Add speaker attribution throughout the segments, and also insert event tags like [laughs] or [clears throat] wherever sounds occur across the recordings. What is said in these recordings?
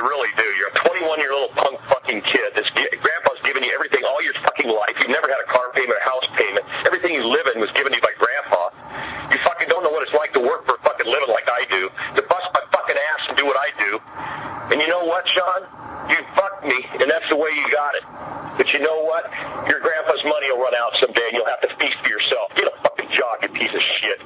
Speaker 1: really do. You're a 21 year old punk fucking kid. This gi- grandpa's given you everything all your fucking life. You've never had a car payment, a house payment. Everything you live in was given to you by grandpa. You fucking don't know what it's like to work for a fucking living like I do. To bust my fucking ass and do what I do. And you know what, Sean? You fucked me, and that's the way you got it. But you know what? Your grandpa's money will run out someday, and you'll have to feast for yourself. Get a fucking job, you piece of shit.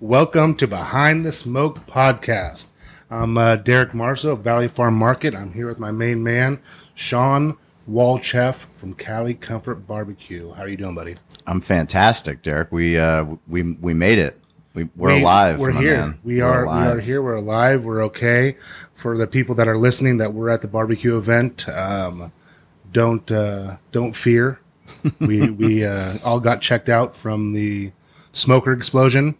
Speaker 2: Welcome to Behind the Smoke podcast. I'm uh, Derek Marso of Valley Farm Market. I'm here with my main man, Sean Walchef from Cali Comfort Barbecue. How are you doing, buddy?
Speaker 3: I'm fantastic, Derek. We uh, we we made it. We, we're
Speaker 2: We-
Speaker 3: alive.
Speaker 2: We're
Speaker 3: my
Speaker 2: here.
Speaker 3: man.
Speaker 2: We
Speaker 3: We're
Speaker 2: are.
Speaker 3: alive.
Speaker 2: We are here. We're alive. We're okay. For the people that are listening, that were at the barbecue event, um, don't uh, don't
Speaker 3: [laughs]
Speaker 2: fear. we we uh, all got checked out from the smoker explosion,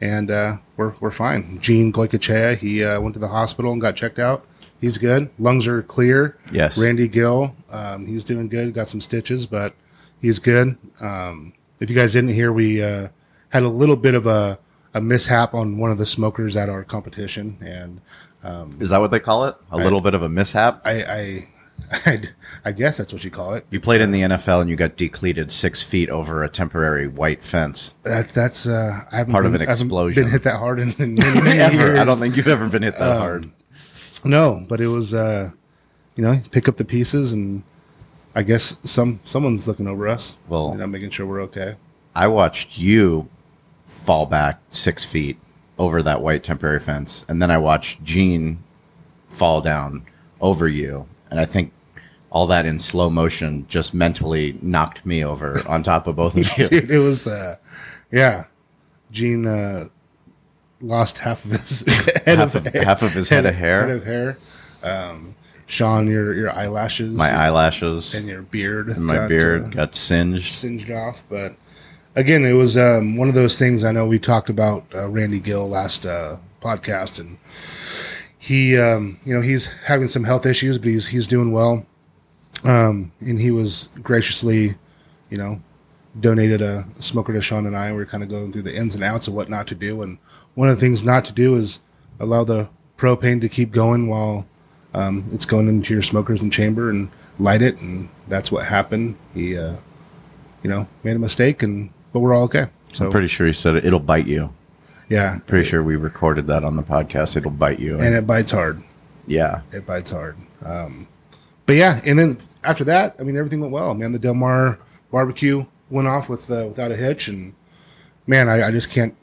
Speaker 2: and uh, we're we're fine. Gene Goykachea, he uh, went to the hospital and got checked out. He's good. Lungs are clear.
Speaker 3: Yes.
Speaker 2: Randy Gill, um, he's doing good. Got some stitches, but he's good. Um, if you guys didn't hear, we uh, had a little bit of a, a mishap on one of the smokers at our competition, and um,
Speaker 3: Is that what they call it? A little bit of a mishap.
Speaker 2: I, I, [laughs] I, I guess that's what you call it.
Speaker 3: You played in the NFL and you got decleated six feet over a temporary white fence.
Speaker 2: That, that's uh, I haven't
Speaker 3: Part of
Speaker 2: been-
Speaker 3: an
Speaker 2: I haven't
Speaker 3: explosion.
Speaker 2: been hit that hard in,
Speaker 3: [laughs]
Speaker 2: in many, [laughs] many
Speaker 3: Ever. I
Speaker 2: years. Um,
Speaker 3: don't think you've ever been hit that hard.
Speaker 2: No, but it was uh, you know pick up the pieces, and I guess some someone's looking over us.
Speaker 3: Well-
Speaker 2: you know, making sure we're okay. [laughs]
Speaker 3: I watched you fall back six feet over that white temporary fence, and then I watched Gene fall down over you, and I think all that in slow motion just mentally knocked me over on top of
Speaker 2: [laughs]
Speaker 3: both of you.
Speaker 2: dude. It was, uh, yeah. Gene uh, lost half of his [laughs] head
Speaker 3: Half of- half of his head of hair.
Speaker 2: Head of hair. Um, Sean, your your eyelashes,
Speaker 3: My eyelashes
Speaker 2: and your beard,
Speaker 3: and my
Speaker 2: got,
Speaker 3: beard
Speaker 2: uh,
Speaker 3: got singed.
Speaker 2: singed off. But again, it was um, one of those things. I know we talked about uh, Randy Gill last uh, podcast, and he, um, you know, he's having some health issues, but he's he's doing well. Um, and he was graciously, you know, donated a smoker to Sean and I, and we were kind of going through the ins and outs of what not to do. And one of the things not to do is allow the propane to keep going while um, it's going into your smokers and chamber and light it. And that's what happened. He, uh, you know, made a mistake, and but we're all okay. So
Speaker 3: I'm pretty sure he said it, it'll bite you.
Speaker 2: yeah,
Speaker 3: Pretty sure we recorded that on the podcast. It'll bite you.
Speaker 2: and it bites hard.
Speaker 3: yeah,
Speaker 2: It bites hard. Um, but yeah, and then after that, I mean, everything went well. Man, the Del Mar barbecue went off with uh, without a hitch, and man, I, I just can't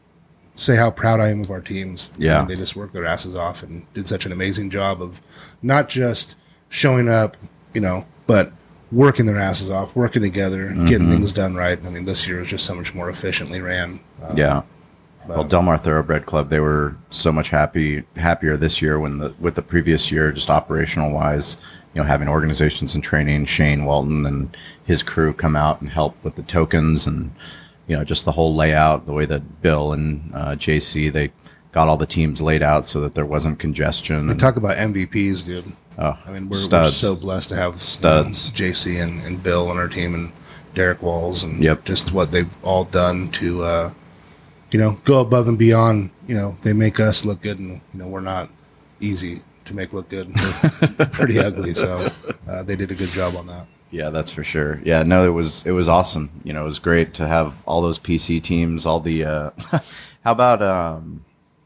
Speaker 2: say how proud I am of our teams.
Speaker 3: Yeah.
Speaker 2: I mean, they just worked their asses off and did such an amazing job of not just showing up, you know, but working their asses off, working together, getting things done right. I mean, this year was just so much more efficiently ran. Um,
Speaker 3: yeah. Well,
Speaker 2: but-
Speaker 3: Delmar Thoroughbred Club, they were so much happy happier this year when the with the previous year, just operational wise, you know, having organizations and training, Shane Walton and his crew come out and help with the tokens and you know just the whole layout, the way that Bill and uh, JC they got all the teams laid out so that there wasn't congestion. And,
Speaker 2: Talk about MVPs, dude.
Speaker 3: oh,
Speaker 2: I mean, we're, we're
Speaker 3: studs.
Speaker 2: so blessed to have
Speaker 3: Studs.
Speaker 2: you know, JC and, and Bill on our team and Derek Walls and
Speaker 3: Yep.
Speaker 2: just what they've all done to, uh, you know, go above and beyond. You know, they make us look good and, you know, we're not easy to make look good.
Speaker 3: [laughs]
Speaker 2: We're pretty ugly. So uh, they did a good job on that.
Speaker 3: Yeah, that's for sure. Yeah, no, it was it was awesome. You know, it was great to have all those PC teams, all the uh [laughs] how about um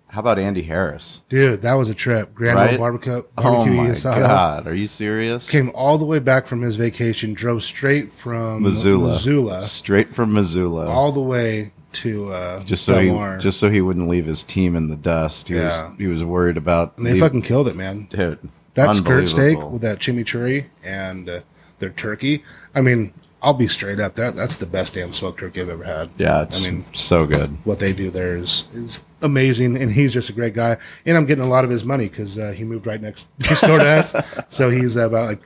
Speaker 3: how about Andy Harris?
Speaker 2: Dude, that was a trip. Grand
Speaker 3: Right?
Speaker 2: Old Barbecue,
Speaker 3: Oh
Speaker 2: barbecue
Speaker 3: my
Speaker 2: ESL.
Speaker 3: god, are you serious?
Speaker 2: Came all the way back from his vacation, drove straight from
Speaker 3: Missoula.
Speaker 2: Missoula
Speaker 3: Straight from Missoula.
Speaker 2: all the way to uh,
Speaker 3: just so
Speaker 2: Del
Speaker 3: he
Speaker 2: Mar.
Speaker 3: just so he wouldn't leave his team in the dust. He
Speaker 2: Yeah.
Speaker 3: was he was worried about
Speaker 2: and they
Speaker 3: leave-
Speaker 2: fucking killed it, man.
Speaker 3: dude.
Speaker 2: that skirt steak
Speaker 3: unbelievable.
Speaker 2: with that chimichurri and uh, their turkey. I mean, I'll be straight up. That that's the best damn smoked turkey I've ever had.
Speaker 3: Yeah, it's
Speaker 2: I mean-
Speaker 3: so good.
Speaker 2: What they do there is, is amazing, and he's just a great guy. And I'm getting a lot of his money because uh, he moved right next [laughs] next door to us, so he's about like.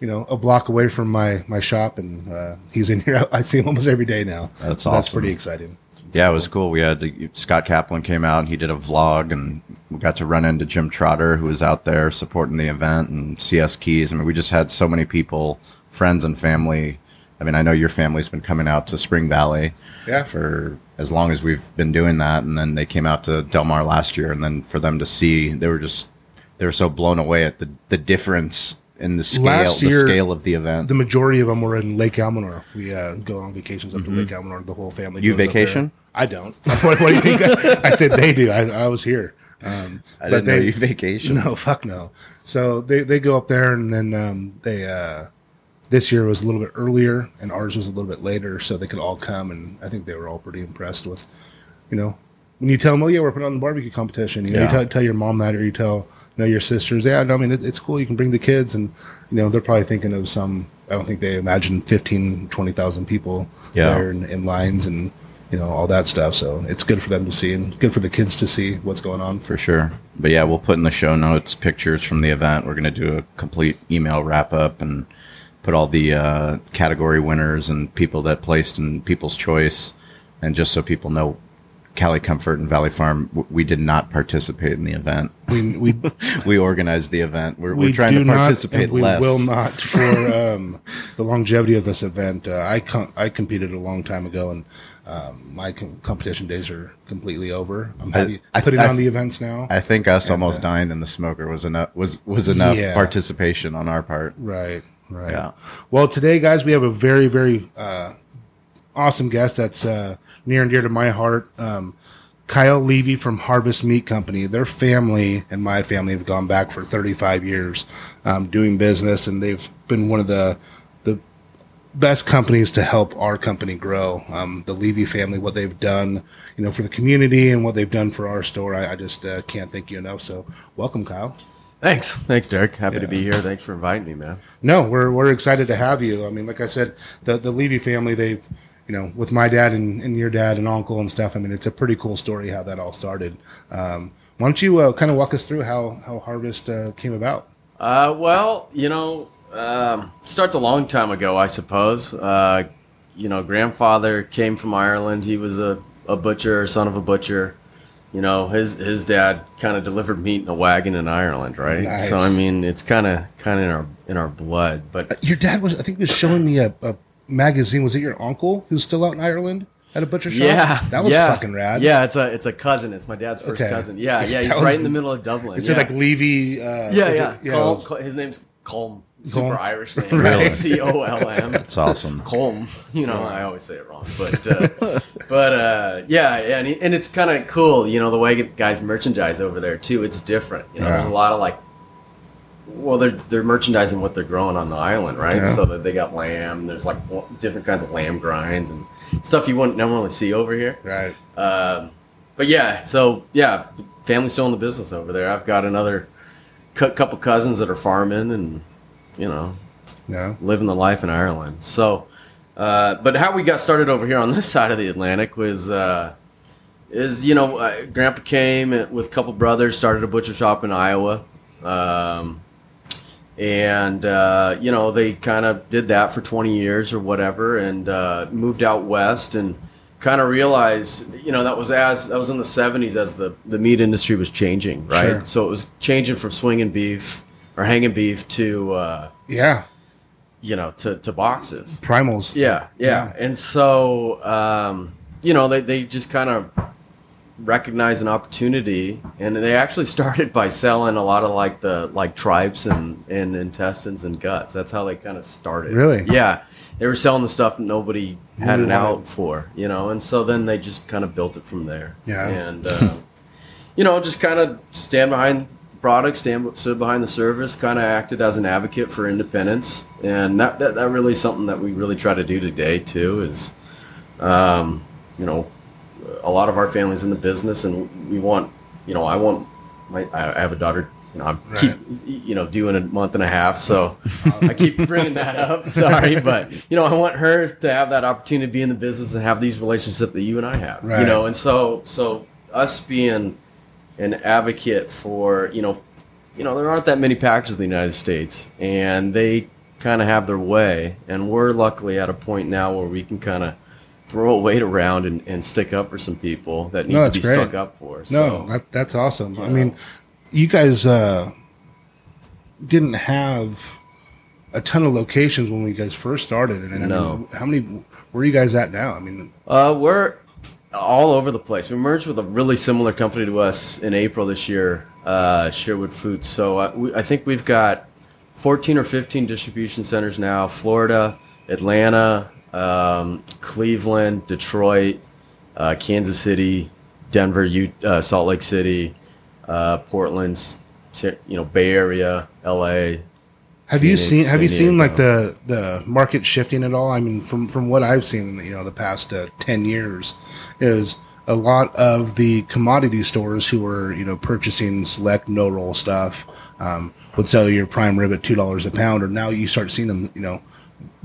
Speaker 2: You know, a block away from my my shop, and uh, he's in here. [laughs] I see him almost every day now.
Speaker 3: That's
Speaker 2: so That's
Speaker 3: awesome.
Speaker 2: pretty exciting.
Speaker 3: Yeah, it was cool. We had to, Scott Kaplan came out and he did a vlog, and we got to run into Jim Trotter, who was out there supporting the event, and CS Keys. I mean, we just had so many people, friends and family. I mean, I know your family's been coming out to Spring Valley
Speaker 2: Yeah.
Speaker 3: for as long as we've been doing that, and then they came out to Del Mar last year, and then for them to see, they were just they were so blown away at the the difference in the scale
Speaker 2: Last
Speaker 3: the
Speaker 2: year,
Speaker 3: scale of the event.
Speaker 2: The majority of them were in Lake Almanor. We uh, go on vacations up to Lake Almanor. The whole family.
Speaker 3: Mm-hmm. You
Speaker 2: goes up there.
Speaker 3: vacation?
Speaker 2: I don't. [laughs] what, what do you think? I said they do. I, I was here. Um,
Speaker 3: I
Speaker 2: but
Speaker 3: didn't know
Speaker 2: they-
Speaker 3: you vacation.
Speaker 2: No, [laughs] fuck no. So they, they go up there and then um, they uh, this year was a little bit earlier and ours was a little bit later, so they could all come and I think they were all pretty impressed with, you know, when you tell them, oh yeah, we're putting on the barbecue competition, you know,
Speaker 3: Yeah.
Speaker 2: you tell, tell your mom that or you tell you know your sisters, yeah, no, I mean it, it's cool, you can bring the kids and you know they're probably thinking of some. I don't think they imagine 15, 20,000 people
Speaker 3: Yeah.
Speaker 2: there in, in lines and you know all that stuff. So it's good for them to see and good for the kids to see what's going on.
Speaker 3: for sure. But yeah, we'll put in the show notes pictures from the event. We're going to do a complete email wrap up and put all the uh, category winners and people that placed in People's Choice, and just so people know, Cali Comfort and Valley Farm, w- we did not participate in the event. [laughs]
Speaker 2: We we
Speaker 3: we organized the event. We're, we're trying to
Speaker 2: not,
Speaker 3: participate
Speaker 2: and we
Speaker 3: less.
Speaker 2: will
Speaker 3: [laughs]
Speaker 2: not for um, the longevity of this event. Uh, I com- I competed a long time ago, and um, my com- competition days are completely over. I'm happy
Speaker 3: I-
Speaker 2: putting
Speaker 3: I-
Speaker 2: on the events now.
Speaker 3: I think us almost dying in the smoker was enough. Was was enough
Speaker 2: Yeah.
Speaker 3: participation on our part.
Speaker 2: right, right.
Speaker 3: Yeah.
Speaker 2: Well, today, guys, we have a very very uh, awesome guest that's uh, near and dear to my heart. Um, Kyle Levy from Harvest Meat Company. Their family and my family have gone back for 35 years um, doing business, and they've been one of the the best companies to help our company grow. Um, the Levy family, what they've done, you know, for the community and what they've done for our store, I, I just uh, can't thank you enough. So, welcome, Kyle.
Speaker 4: Thanks. Thanks, Derek. Happy to be here. Thanks for inviting me, man.
Speaker 2: No, we're we're excited to have you. I mean, like I said, the the Levy family, they've you know, with my dad and, and your dad and uncle and stuff. I mean, it's a pretty cool story how that all started. Um, why don't you uh, kind of walk us through how how Harvest uh, came about?
Speaker 4: Uh, well, you know, um, starts a long time ago, I suppose. Uh, you know, grandfather came from Ireland. He was a, a butcher, son of a butcher. You know, his his dad kind of delivered meat in a wagon in Ireland, right?
Speaker 2: Nice. Uh,
Speaker 4: So I mean, it's kind of kind of in our in our blood. But
Speaker 2: Your dad was, I think, he was showing me a, a magazine. Was it your uncle who's still out in Ireland at a butcher shop?
Speaker 4: yeah,
Speaker 2: that was
Speaker 4: yeah.
Speaker 2: fucking rad.
Speaker 4: Yeah, it's a it's a cousin. It's my dad's first
Speaker 2: Okay. [laughs]
Speaker 4: cousin. Yeah, yeah. He's
Speaker 2: That was-
Speaker 4: right in the middle of Dublin.
Speaker 2: It said
Speaker 4: yeah.
Speaker 2: like Levy. Uh,
Speaker 4: Yeah,
Speaker 2: was
Speaker 4: yeah.
Speaker 2: it- yeah, it
Speaker 4: Colm,
Speaker 2: was-
Speaker 4: Col- his name's
Speaker 2: Colm.
Speaker 4: Colm. Super
Speaker 2: [laughs]
Speaker 4: Irish name.
Speaker 2: Really?
Speaker 4: C O L M.
Speaker 3: It's awesome.
Speaker 4: Colm. [laughs] You know, I always say it wrong, but uh, [laughs] but uh, yeah, yeah, and, he- and it's kind of cool. You know, the way guys merchandise over there too. It's different. You know,
Speaker 2: Yeah.
Speaker 4: there's a lot of like. Well, they're they're merchandising what they're growing on the island, right?
Speaker 2: Yeah.
Speaker 4: So that they got lamb. There's like w- different kinds of lamb grinds and stuff you wouldn't normally see over here.
Speaker 2: Right.
Speaker 4: Um, but yeah, so yeah, family's still in the business over there. I've got another cou- couple cousins that are farming and you know
Speaker 2: Yeah.
Speaker 4: living the life in Ireland. So, uh, but how we got started over here on this [laughs] side of the Atlantic was uh, is you know uh, Grandpa came with a couple brothers, started a butcher shop in Iowa. Um, and uh, you know they kind of did that for 20 years or whatever and uh, moved out west and kind of realized you know that was as that was in the 70s as the, the meat industry was changing right
Speaker 2: Sure.
Speaker 4: so it was changing from swinging beef or hanging beef to uh,
Speaker 2: Yeah.
Speaker 4: you know to, to boxes
Speaker 2: Primals.
Speaker 4: yeah, yeah. And so, um, you know, they, they just kind of recognized an opportunity and they actually [laughs] started by selling a lot of like the like tripes and, and intestines and guts. That's how they kind of started.
Speaker 2: Really?
Speaker 4: [laughs] Yeah. They were selling the stuff nobody had
Speaker 2: Nobody
Speaker 4: it
Speaker 2: wanted.
Speaker 4: out for, you know, and so then they just kind of built it from there.
Speaker 2: Yeah.
Speaker 4: And, uh, you know, just kind of stand behind the product, stand stood behind the service, kind of acted as an advocate for independence, and that, that that really is something that we really try to do today too. Is, um, you know, a lot of our families in the business, and we want, you know, I want my I I have a daughter. You know, I'm keep, you know, due in a month and a half, so I keep bringing that up. [laughs] Sorry, but you know, I want her to have that opportunity to be in the business and have these relationships that you and I have.
Speaker 2: Right.
Speaker 4: You know, and so so us being an advocate for you know you know there aren't that many packages in the united states and they kind of have their way and we're luckily at a point now where we can kind of throw a weight around and, and stick up for some people that need
Speaker 2: No,
Speaker 4: to
Speaker 2: that's
Speaker 4: be
Speaker 2: great.
Speaker 4: stuck up for
Speaker 2: No,
Speaker 4: so,
Speaker 2: that, that's awesome. I mean, you guys uh, didn't have a ton of locations when we guys first started, and I mean,
Speaker 4: No.
Speaker 2: how many where are you guys at now? I mean,
Speaker 4: uh, we're all over the place we merged with a really similar company to us in april this year uh, Sherwood Foods. So uh, we, I think we've got 14 or 15 distribution centers now Florida, Atlanta, um, Cleveland, Detroit, uh, Kansas City, Denver, U- uh, Salt Lake City, uh, Portland, s- you know, Bay Area, LA.
Speaker 2: Have you
Speaker 4: Phoenix,
Speaker 2: seen Have you
Speaker 4: San
Speaker 2: seen like
Speaker 4: Diego.
Speaker 2: the the market shifting at all? I mean, from from what I've seen, you know, the past uh, ten years is a lot of the commodity stores who were you know purchasing select no roll stuff um, would sell your prime rib at two dollars a pound, or now you start seeing them you know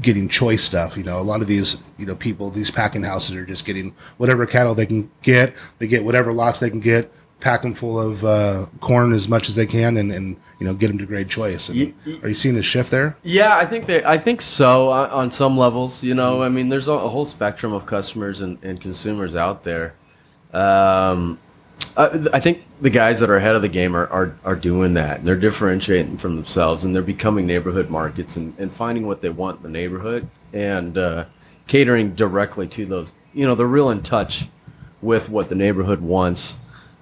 Speaker 2: getting choice stuff. You know, a lot of these you know people these packing houses are just getting whatever cattle they can get. They get whatever lots they can get. Pack them full of uh, corn as much as they can, and, and you know get them to grade choice. And
Speaker 4: Ye- ye-
Speaker 2: are you seeing a shift there?
Speaker 4: Yeah, I think they. I think so uh, on some levels. You know, I mean, there's a, a whole spectrum of customers and, and consumers out there. Um, I, I think the guys that are ahead of the game are, are, are doing that. They're differentiating from themselves and they're becoming neighborhood markets and, and finding what they want in the neighborhood and uh, catering directly to those. You know, they're real in touch with what the neighborhood wants.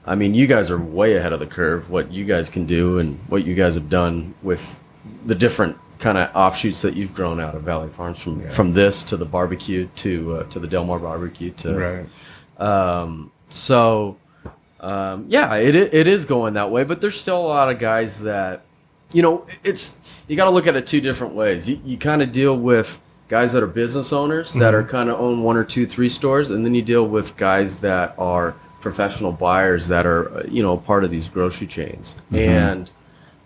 Speaker 4: I mean, you guys are way ahead of the curve, what you guys can do and what you guys have done with the different kind of offshoots that you've grown out of Valley Farms from, from this to the barbecue to uh, to the Delmar barbecue to um, so, um, yeah, it, i- it is going that way, but there's still a lot of guys that, you know, it's you got to look at it two different ways. You, you kind of deal with guys that are business owners
Speaker 3: Mm-hmm.
Speaker 4: that are kind of own one or two, three stores, and then you deal with guys that are professional buyers that are, uh, you know, part of these grocery chains.
Speaker 3: Mm-hmm.
Speaker 4: And,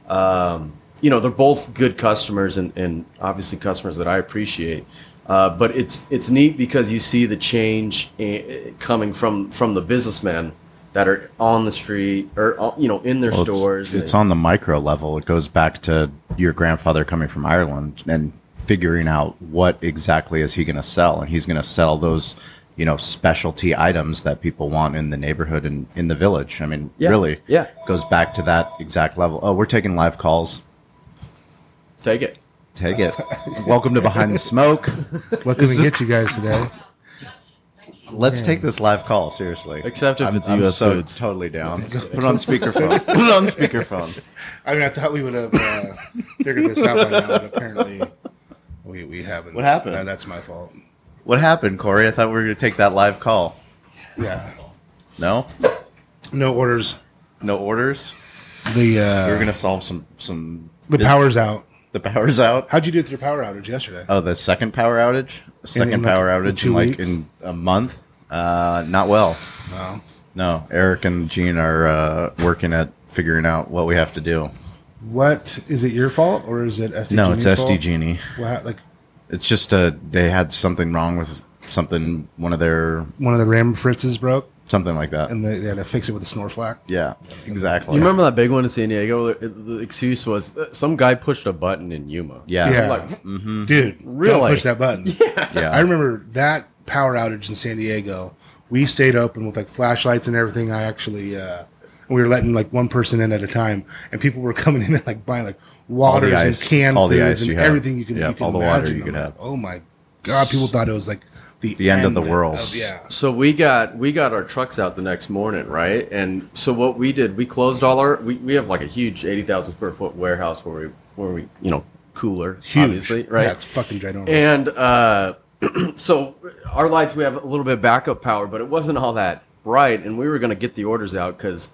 Speaker 4: um, you know, they're both good customers and, and obviously customers that I appreciate. Uh, but it's it's neat because you see the change eh, coming from from the businessmen that are on the street or uh, you know in their
Speaker 3: Well, it's-
Speaker 4: stores.
Speaker 3: It's, on the micro level. It goes back to your grandfather coming from Ireland and figuring out what exactly is he going to sell, and he's going to sell those, you know, specialty items that people want in the neighborhood and in the village. I mean,
Speaker 4: Yeah,
Speaker 3: really,
Speaker 4: yeah.
Speaker 3: goes back to that exact level. Oh, we're taking live calls.
Speaker 4: Take it.
Speaker 3: Take it. [laughs] Welcome to Behind the Smoke.
Speaker 2: What can we get you guys today?
Speaker 3: Let's take this live call seriously.
Speaker 4: Except if it's
Speaker 3: I'm
Speaker 4: US
Speaker 3: so
Speaker 4: Foods.
Speaker 3: totally
Speaker 4: [laughs]
Speaker 3: down. Put it on speakerphone. Put it on speakerphone.
Speaker 2: I mean, I thought we would have uh, figured this out by now, but apparently we, we haven't.
Speaker 3: What happened?
Speaker 2: Uh, that's my fault.
Speaker 3: What happened, Corey? I thought we were going to take that live call.
Speaker 2: Yeah.
Speaker 3: No,
Speaker 2: No orders.
Speaker 3: no orders.
Speaker 2: The uh,
Speaker 3: we are gonna solve some some
Speaker 2: the power's out.
Speaker 3: the powers out.
Speaker 2: How'd you do with your power outage yesterday?
Speaker 3: Oh, the second power outage, second
Speaker 2: in like
Speaker 3: power outage
Speaker 2: two
Speaker 3: in like
Speaker 2: weeks?
Speaker 3: in a month. Uh, not well.
Speaker 2: Well,
Speaker 3: No, Eric and Gene are uh, working at figuring out what we have to do.
Speaker 2: what is it your fault or is it SDG?
Speaker 3: no, it's
Speaker 2: fault?
Speaker 3: SD Genie.
Speaker 2: What, hap- like
Speaker 3: It's just uh, they had something wrong with something. One of their
Speaker 2: one of the ram fritzes broke
Speaker 3: something like that.
Speaker 2: and they, they had to fix it with a snore flak.
Speaker 3: yeah, exactly.
Speaker 4: You remember that big one in San Diego? The- The excuse was uh, some guy pushed a button in Yuma.
Speaker 3: Yeah,
Speaker 2: Yeah.
Speaker 3: Mm-hmm.
Speaker 4: Like,
Speaker 2: Dude, don't
Speaker 4: Really?
Speaker 2: push that
Speaker 4: [laughs]
Speaker 2: button.
Speaker 3: yeah.
Speaker 2: I remember that power outage in San Diego. We stayed open with like flashlights and everything. I actually, uh, we were letting like one person in at a time, and people were [laughs] coming in and like buying like waters and
Speaker 3: ice-
Speaker 2: canned
Speaker 3: all the
Speaker 2: foods
Speaker 3: ice
Speaker 2: and
Speaker 3: you have.
Speaker 2: everything you can,
Speaker 3: Yeah,
Speaker 2: you can
Speaker 3: all the water
Speaker 2: imagine.
Speaker 3: you
Speaker 2: I'm
Speaker 3: could
Speaker 2: like,
Speaker 3: have.
Speaker 2: Oh my god! People thought it was like the,
Speaker 3: The end of the world.
Speaker 2: yeah,
Speaker 4: So we got we got our trucks out the next morning, right? And so what we did, we closed all our we, we have like a huge eighty thousand square foot warehouse where we where we you know cooler
Speaker 2: huge.
Speaker 4: obviously right
Speaker 2: Yeah, it's fucking ginormous.
Speaker 4: and uh, [clears throat] so our lights we have a little bit of backup power, but it wasn't all that bright, and we were going to get the orders out because,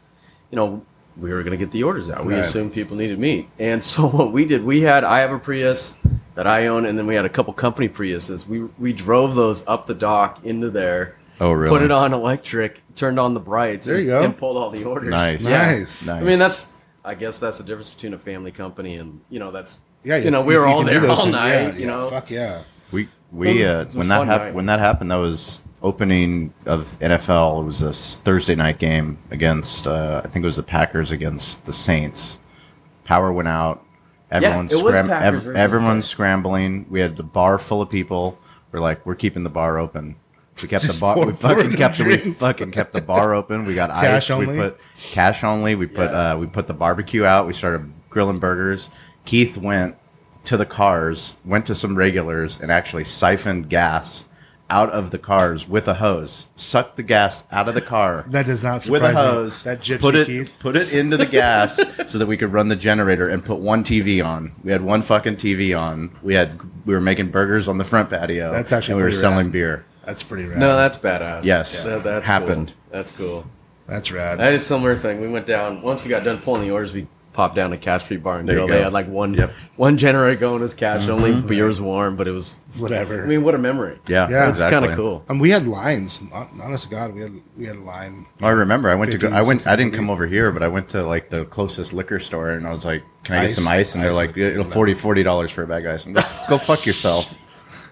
Speaker 4: you know, we were going to get the orders out. We
Speaker 2: Right.
Speaker 4: assumed people needed meat, and so [laughs] what we did, we had I have a Prius that I own, and then we had a couple company Priuses. We we drove those up the dock into there.
Speaker 3: Oh, really?
Speaker 4: Put it on electric, turned on the brights.
Speaker 2: There
Speaker 4: and-
Speaker 2: you go.
Speaker 4: And pulled all the orders.
Speaker 3: Nice.
Speaker 2: nice.
Speaker 3: Nice.
Speaker 4: I mean, that's. I guess that's the difference between a family company and you know that's.
Speaker 2: Yeah,
Speaker 4: you know,
Speaker 2: it's-
Speaker 4: we were all
Speaker 2: can do
Speaker 4: there
Speaker 2: those
Speaker 4: all
Speaker 2: things.
Speaker 4: night.
Speaker 2: Yeah,
Speaker 4: you
Speaker 2: yeah,
Speaker 4: know,
Speaker 2: fuck yeah.
Speaker 3: We we
Speaker 4: Well,
Speaker 3: uh,
Speaker 4: it was a
Speaker 3: when that
Speaker 4: fun
Speaker 3: happened
Speaker 4: night.
Speaker 3: when that happened that was opening of NFL. It was a s- Thursday night game against uh, I think it was the Packers against the Saints. Power went out. Everyone's
Speaker 4: it was
Speaker 3: scram-
Speaker 4: Packers
Speaker 3: ev-
Speaker 4: versus
Speaker 3: everyone's
Speaker 4: Saints.
Speaker 3: scrambling. We had the bar full of people. We're like, we're keeping the bar open. We kept
Speaker 2: Just
Speaker 3: the bar.
Speaker 2: pour-
Speaker 3: We
Speaker 2: pour in
Speaker 3: fucking
Speaker 2: the
Speaker 3: kept. We
Speaker 2: drinks.
Speaker 3: fucking kept the bar open. We got
Speaker 2: Cash
Speaker 3: ice.
Speaker 2: only?
Speaker 3: We put cash only. We put
Speaker 4: Yeah.
Speaker 3: uh, we put the barbecue out. We started grilling burgers. Keith went to the cars, went to some regulars, and actually siphoned gas out of the cars with a hose, suck the gas out of the car
Speaker 2: [laughs] That does not surprise
Speaker 3: with a hose,
Speaker 2: me. That gypsy
Speaker 3: put it
Speaker 2: Keith.
Speaker 3: put it into the gas
Speaker 2: [laughs]
Speaker 3: so that we could run the generator and put one TV on. We had one fucking TV on. We had we were making burgers on the front patio.
Speaker 2: That's actually
Speaker 3: and we were
Speaker 2: pretty
Speaker 3: selling
Speaker 2: rad.
Speaker 3: beer.
Speaker 2: That's pretty rad.
Speaker 4: No, that's badass.
Speaker 3: Yes.
Speaker 4: Yeah, that's
Speaker 3: Happened.
Speaker 4: cool. That's cool.
Speaker 2: that's rad.
Speaker 4: I had a similar thing. We went down once we got done pulling the orders. We popped down to Cash Street Bar and
Speaker 3: There you
Speaker 4: Grill. They
Speaker 3: go.
Speaker 4: had like one
Speaker 3: Yep. Mm-hmm.
Speaker 4: one generator going as cash only. Beer was warm, but it was.
Speaker 2: Whatever.
Speaker 4: I mean, what a memory.
Speaker 3: Yeah,
Speaker 2: Yeah.
Speaker 4: it's
Speaker 3: exactly.
Speaker 4: kind of cool.
Speaker 2: Um, we had lines. Hon- Honest to God, we had we had a line.
Speaker 3: Oh, I remember I went to go.
Speaker 2: 15,
Speaker 3: I went. I
Speaker 2: 16,
Speaker 3: didn't come over here, but I went to like the closest liquor store, and I was like, "Can I get
Speaker 2: Ice.
Speaker 3: some ice?" And they're
Speaker 2: Ice
Speaker 3: like,
Speaker 2: would-
Speaker 3: "It'll forty forty dollars for a bag of ice." I'm like, go fuck yourself.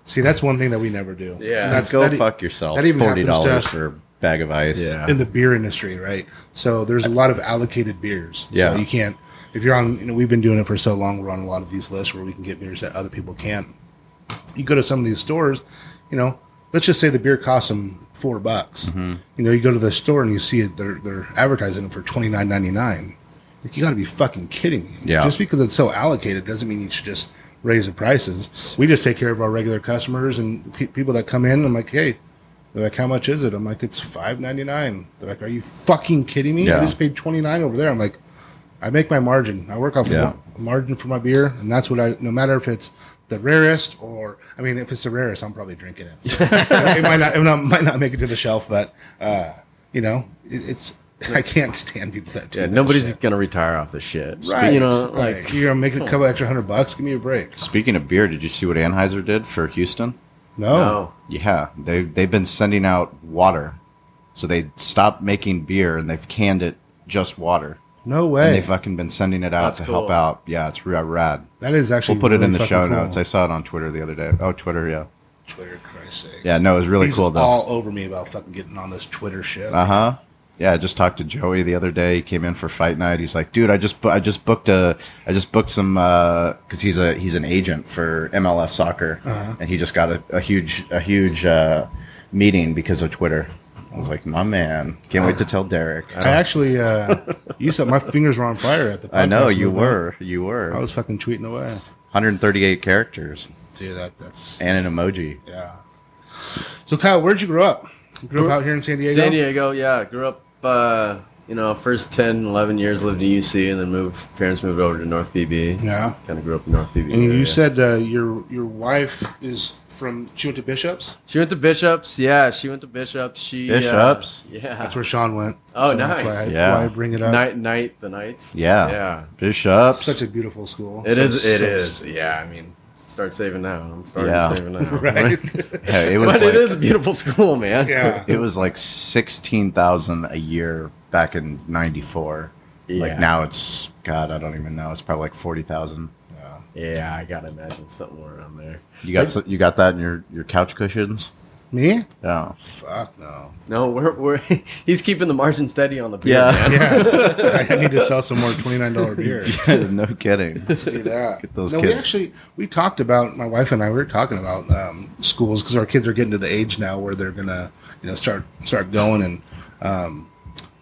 Speaker 2: See, that's one thing that we never do.
Speaker 4: Yeah.
Speaker 2: And [laughs] that's
Speaker 3: go
Speaker 2: that e-
Speaker 3: fuck yourself.
Speaker 2: that even
Speaker 3: forty
Speaker 2: happens to
Speaker 3: dollars
Speaker 2: us.
Speaker 3: for a bag of ice.
Speaker 4: Yeah.
Speaker 2: in the beer industry, right? So there's a lot of allocated beers.
Speaker 3: Yeah.
Speaker 2: so you can't if you're on. You know, we've been doing it for so long. We're on a lot of these lists where we can get beers that other people can't. You go to some of these stores, you know. Let's just say the beer costs them four bucks.
Speaker 3: Mm-hmm.
Speaker 2: You know, you go to the store and you see it. They're they're advertising it for twenty nine ninety nine. Like you got to be fucking kidding me.
Speaker 3: Yeah.
Speaker 2: Just because it's so allocated doesn't mean you should just raise the prices. We just take care of our regular customers and pe- people that come in. I'm like, hey, they're like, how much is it? I'm like, it's five ninety nine. They're like, are you fucking kidding me? I
Speaker 3: Yeah.
Speaker 2: just paid twenty nine over there. I'm like, I make my margin. I work off
Speaker 3: Yeah.
Speaker 2: of margin for my beer, and that's what I. No matter if it's the rarest or, I mean, if it's the rarest, I'm probably drinking it.
Speaker 3: [laughs]
Speaker 2: So, it might not, it not- might not make it to the shelf, but uh, you know, it, it's. I can't stand people that do.
Speaker 4: Yeah,
Speaker 2: that
Speaker 4: nobody's
Speaker 2: shit.
Speaker 4: gonna retire off the shit.
Speaker 2: right.
Speaker 4: You know,
Speaker 2: right.
Speaker 4: like
Speaker 2: you're making a couple extra hundred bucks. Give me a break.
Speaker 3: Speaking of beer, did you see what Anheuser did for Houston?
Speaker 2: No,
Speaker 4: no.
Speaker 3: Yeah, they they've been sending out water, so they stopped making beer and they've canned it just water,
Speaker 2: no
Speaker 3: and
Speaker 2: way.
Speaker 3: they've fucking been sending it out
Speaker 4: That's
Speaker 3: to
Speaker 4: cool.
Speaker 3: help out. Yeah, it's ra- rad.
Speaker 2: That is actually.
Speaker 3: We'll put it
Speaker 2: really
Speaker 3: in the
Speaker 2: fucking
Speaker 3: show
Speaker 2: cool.
Speaker 3: notes. I saw it on Twitter the other day. Oh, Twitter, yeah,
Speaker 2: Twitter, Christ's sake.
Speaker 3: yeah. No, it was really
Speaker 2: He's
Speaker 3: cool though.
Speaker 2: all over me about fucking getting on this Twitter shit.
Speaker 3: Uh huh. Yeah, I just talked to Joey the other day. He came in for fight night. He's like, "Dude, I just bu- I just booked a I just booked some because he's a he's an agent for MLS soccer,
Speaker 2: Uh-huh.
Speaker 3: and he just got a, a huge a huge uh, meeting because of Twitter." I was like, "My man, can't wait to tell Derek."
Speaker 2: I actually,
Speaker 3: [laughs]
Speaker 2: uh, you said my fingers were on fire at the. Podcast
Speaker 3: I know you
Speaker 2: movement.
Speaker 3: were you were
Speaker 2: I was fucking tweeting away.
Speaker 3: 138 characters
Speaker 2: Dude, that that's
Speaker 3: and an emoji.
Speaker 2: yeah. So Kyle, where'd you grow up? You grew up out here in San Diego.
Speaker 4: San Diego, yeah. Grew up, uh, you know, first 10, 11 years lived in UC and then moved, parents moved over to North BB.
Speaker 2: Yeah.
Speaker 4: Kind of grew up in North BB.
Speaker 2: And you
Speaker 4: area.
Speaker 2: said uh, your your wife is from she went to Bishops.
Speaker 4: she went to Bishops. Yeah, she went to Bishops. She uh,
Speaker 3: Bishops?
Speaker 4: yeah.
Speaker 2: That's where Sean went.
Speaker 4: Oh,
Speaker 2: That's why I,
Speaker 4: nice.
Speaker 3: Yeah.
Speaker 2: why I bring it up.
Speaker 4: Night, night, the nights.
Speaker 3: Yeah.
Speaker 4: Yeah.
Speaker 3: Bishops. [laughs]
Speaker 2: Such a beautiful school.
Speaker 4: It
Speaker 2: So-
Speaker 4: is. It
Speaker 2: so-
Speaker 4: is. Yeah. I mean, start saving now. I'm starting
Speaker 3: Yeah.
Speaker 4: saving now.
Speaker 2: [laughs] Right.
Speaker 3: yeah, it
Speaker 4: But
Speaker 3: was
Speaker 4: it
Speaker 3: like-
Speaker 4: is a beautiful school, man. [laughs]
Speaker 3: [laughs]
Speaker 2: yeah.
Speaker 3: It was like sixteen thousand a year back in '94.
Speaker 4: Yeah.
Speaker 3: Like now it's God, I don't even know. It's probably like forty thousand.
Speaker 2: Yeah.
Speaker 4: Yeah, I gotta imagine something around there.
Speaker 3: You got so, you got that in your your couch cushions. Oh.
Speaker 2: Me?
Speaker 3: Yeah,
Speaker 2: Fuck no.
Speaker 4: No, we're, we're [laughs] he's keeping the margin steady on the beer.
Speaker 3: Yeah.
Speaker 2: [laughs]
Speaker 4: man.
Speaker 2: Yeah. I need to sell some more twenty nine dollar
Speaker 3: [laughs]
Speaker 2: beers.
Speaker 3: no kidding.
Speaker 2: do
Speaker 3: [laughs]
Speaker 2: that.
Speaker 3: Get those
Speaker 2: no, we
Speaker 3: kids.
Speaker 2: actually we talked about my wife and I. We were talking about um, schools because our kids are getting to the age now where they're gonna you know start start going and um,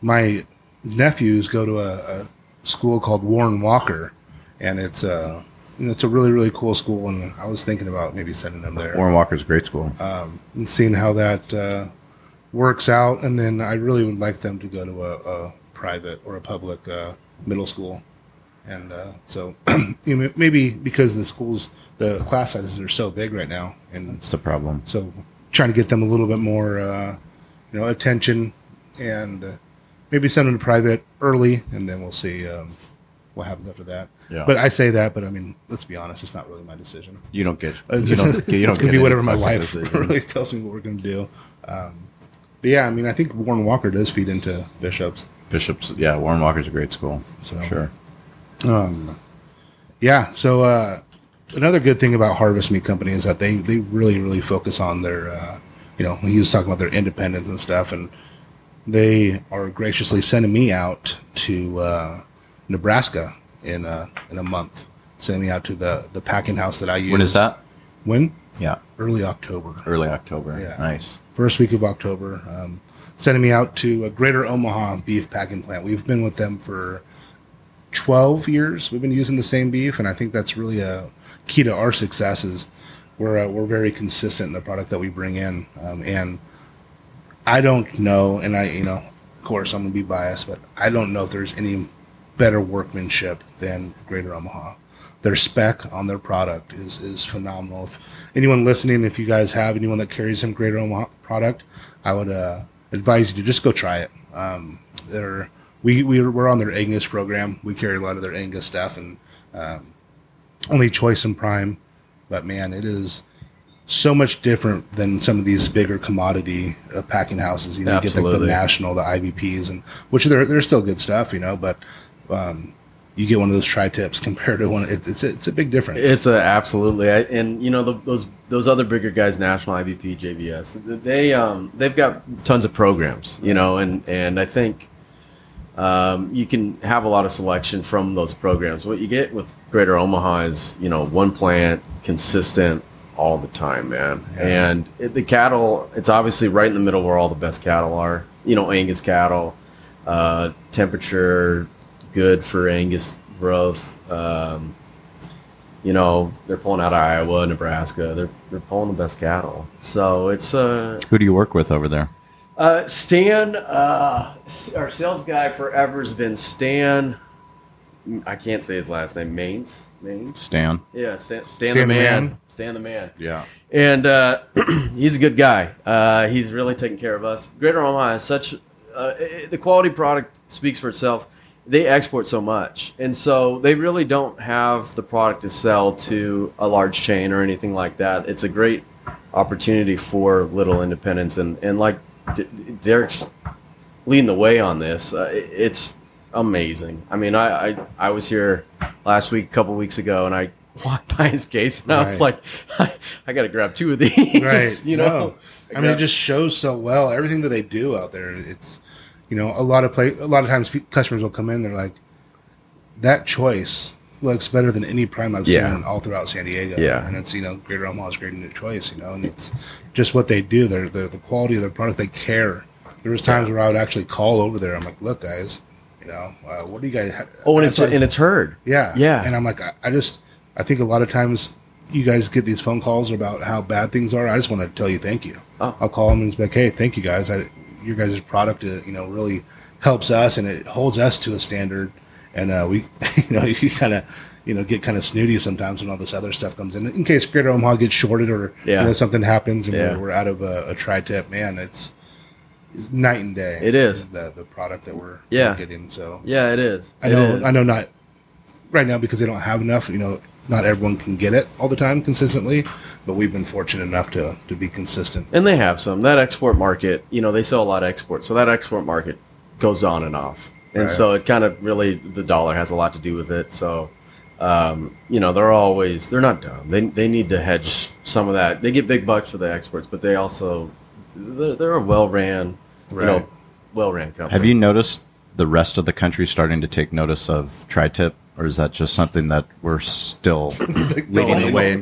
Speaker 2: my nephews go to a, a school called Warren Walker, and it's a you know, it's a really really cool school, and I was thinking about maybe sending them there
Speaker 3: Warren Walker's grade school.
Speaker 2: um, and seeing how that uh, works out. And then I really would like them to go to a, a private or a public uh, middle school. And uh, so [clears throat] you know, maybe because the schools, the class sizes are so big right now, and
Speaker 3: That's the problem.
Speaker 2: so trying to get them a little bit more, uh, you know, attention, and uh, maybe send them to private early, and then we'll see um, what happens after that.
Speaker 3: Yeah.
Speaker 2: But I say that, but I mean, let's be honest, it's not really my decision.
Speaker 3: You don't get.
Speaker 2: [laughs] Uh,
Speaker 3: You [laughs] don't. get- You don't
Speaker 2: it's gonna
Speaker 3: get
Speaker 2: be
Speaker 3: any
Speaker 2: whatever my
Speaker 3: fucking
Speaker 2: wife [laughs]
Speaker 3: decision.
Speaker 2: really tells me what we're gonna do. Um, but yeah, I mean, I think Warren Walker does feed into bishops.
Speaker 3: [laughs] Bishops. Yeah, Warren Walker's a great school.
Speaker 2: So-
Speaker 3: Sure.
Speaker 2: Um, yeah. So uh, another good thing about Harvest Meat Company is that they they really really focus on their uh, you know he was talking about their independence and stuff, and they are graciously sending me out to uh, Nebraska in a, in a month. Sending me out to the the packing house that I use.
Speaker 3: When is that?
Speaker 2: When
Speaker 3: Yeah,
Speaker 2: early October.
Speaker 3: early October.
Speaker 2: Yeah.
Speaker 3: Nice.
Speaker 2: first week of October, um, sending me out to a Greater Omaha beef packing plant. We've been with them for 12 years. We've been using the same beef, and I think that's really a key to our success is we're uh, we're very consistent in the product that we bring in, um, and I don't know, and I you know, of course, I'm gonna be biased, but I don't know if there's any better workmanship than Greater Omaha. Their spec on their product is is phenomenal. If anyone listening, if you guys have anyone that carries some Greater Omaha product, I would uh, advise you to just go try it. Um, they're we, we we're on their Angus program. We carry a lot of their Angus stuff and um, only choice and prime. But man, it is so much different than some of these bigger commodity uh, packing houses. You know, you get the, the
Speaker 4: Absolutely.
Speaker 2: national, the IBPs, and which they're they're still good stuff, you know. But um, you get one of those tri tips compared to one. It, it's it's a big difference.
Speaker 4: It's a, absolutely, I, and you know the, those those other bigger guys, National IBP, JBS, they um they've got tons of programs, you know, and and I think um, you can have a lot of selection from those programs. What you get with Greater Omaha is you know one plant, consistent all the time, man.
Speaker 2: Yeah.
Speaker 4: And it, the cattle, it's obviously right in the middle where all the best cattle are. You know, Angus cattle, uh, temperature good for Angus growth. Um, you know, they're pulling out of Iowa, Nebraska. They're they're pulling the best cattle. So it's uh,
Speaker 3: Who do you work with over there?
Speaker 4: uh Stan, uh, s- our sales guy forever's been Stan. I can't say his last name. Maines, Maines.
Speaker 3: Stan.
Speaker 4: Yeah, Stan, Stan,
Speaker 2: Stan
Speaker 4: the
Speaker 2: the
Speaker 4: man.
Speaker 2: man.
Speaker 4: Stan the man.
Speaker 3: Yeah.
Speaker 4: And uh, [clears throat] he's a good guy. Uh, he's really taking care of us. Greater Omaha is such uh, it- the quality product speaks for itself. They export so much, and so they really don't have the product to sell to a large chain or anything like that. It's a great opportunity for little independents, and and like D- D- Derek's leading the way on this. Uh, it- it's amazing. I mean, I, I I was here last week, a couple weeks ago, and I [laughs] walked by his case, and I was
Speaker 2: Right.
Speaker 4: like, [laughs] I, I got to grab two of
Speaker 2: [laughs]
Speaker 4: these. [laughs]
Speaker 2: right
Speaker 4: you know,
Speaker 2: i mean it
Speaker 4: grab-
Speaker 2: just shows so well everything that they do out there it's you know a lot of play a lot of times pe- customers will come in they're like that choice looks better than any prime i've
Speaker 4: Yeah.
Speaker 2: seen all throughout san diego
Speaker 4: Yeah.
Speaker 2: and it's you know greater omaha's great new choice you know and it's just what they do they're, they're the quality of their product they care there was times where i would actually call over there i'm like look guys you know uh, what do you guys ha-
Speaker 4: Oh, and it's
Speaker 2: that's a-
Speaker 4: and it's heard.
Speaker 2: yeah.
Speaker 4: Yeah.
Speaker 2: And I'm like, I, I just, I think a lot of times you guys get these phone calls about how bad things are. I just want to tell you thank you.
Speaker 4: Oh.
Speaker 2: I'll call them and be like, hey, thank you guys. I, your guys' product, uh, you know, really helps us and it holds us to a standard. And uh, we, [laughs] you know, you kind of, you know, get kind of snooty sometimes when all this other stuff comes in. In case Greater Omaha gets shorted or
Speaker 4: Yeah.
Speaker 2: you know something happens and
Speaker 4: Yeah.
Speaker 2: we're, we're out of a, a tri-tip, man, it's night and day.
Speaker 4: It is.
Speaker 2: the the product that we're
Speaker 4: Yeah.
Speaker 2: getting. So
Speaker 4: Yeah, it is.
Speaker 2: I
Speaker 4: It
Speaker 2: know,
Speaker 4: is.
Speaker 2: I know, not right now because they don't have enough. You know, not everyone can get it all the time consistently, but we've been fortunate enough to to be consistent.
Speaker 4: and they have some that export market you know they sell a lot of export so that export market goes on and off and
Speaker 2: Right.
Speaker 4: so it kind of really the dollar has a lot to do with it so um, you know they're always they're not dumb they, they need to hedge some of that they get big bucks for the exports but they also they're, they're a well-ran you
Speaker 2: Right.
Speaker 4: know well-ran company
Speaker 3: Have you noticed the rest of the country starting to take notice of tri tip? Or is that just something that
Speaker 2: [laughs]
Speaker 3: we're still leading the
Speaker 2: only-
Speaker 3: way in
Speaker 2: only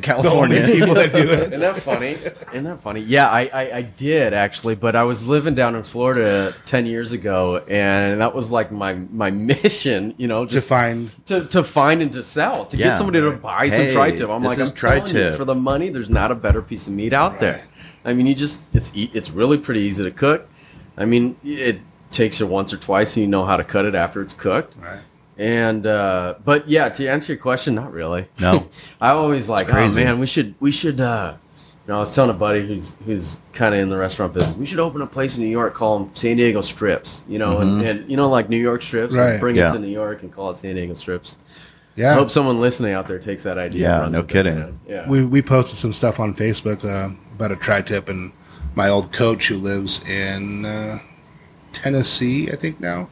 Speaker 2: [laughs]
Speaker 3: California?
Speaker 2: people that do
Speaker 3: [laughs]
Speaker 2: it.
Speaker 4: Isn't that funny? Isn't that funny? Yeah, I, I, I did actually, but I was living down in Florida ten years ago, and that was like my my [laughs] mission, you know,
Speaker 2: To
Speaker 4: just
Speaker 2: find
Speaker 4: to, to find and to sell to
Speaker 3: Yeah.
Speaker 4: get somebody to buy some
Speaker 3: Hey,
Speaker 4: tri-tip. I'm
Speaker 3: this
Speaker 4: like,
Speaker 3: is
Speaker 4: I'm telling
Speaker 3: tri-tip.
Speaker 4: you, for the money, there's not a better piece of meat out there. I mean, you just it's e- it's really pretty easy to cook. I mean, it takes you once or twice, and you know how to cut it after it's cooked.
Speaker 2: right,
Speaker 4: And uh, but yeah, to answer your question, not really.
Speaker 3: No.
Speaker 4: [laughs] I always like, oh
Speaker 3: crazy.
Speaker 4: man, we should we should. Uh, you know, I was telling a buddy who's who's kind of in the restaurant business, we should open a place in New York, call them San Diego Strips. You know, and, and you know like New York Strips,
Speaker 2: Right.
Speaker 4: and bring
Speaker 3: Mm-hmm. Yeah.
Speaker 4: it to New York and call it San Diego Strips. I
Speaker 2: yeah.
Speaker 4: hope someone listening out there takes that idea. and
Speaker 3: Yeah,
Speaker 4: runs
Speaker 3: no
Speaker 4: with it,
Speaker 3: kidding.
Speaker 4: man. Yeah.
Speaker 2: We we posted some stuff on Facebook uh, about a tri-tip and my old coach who lives in uh, Tennessee, I think now.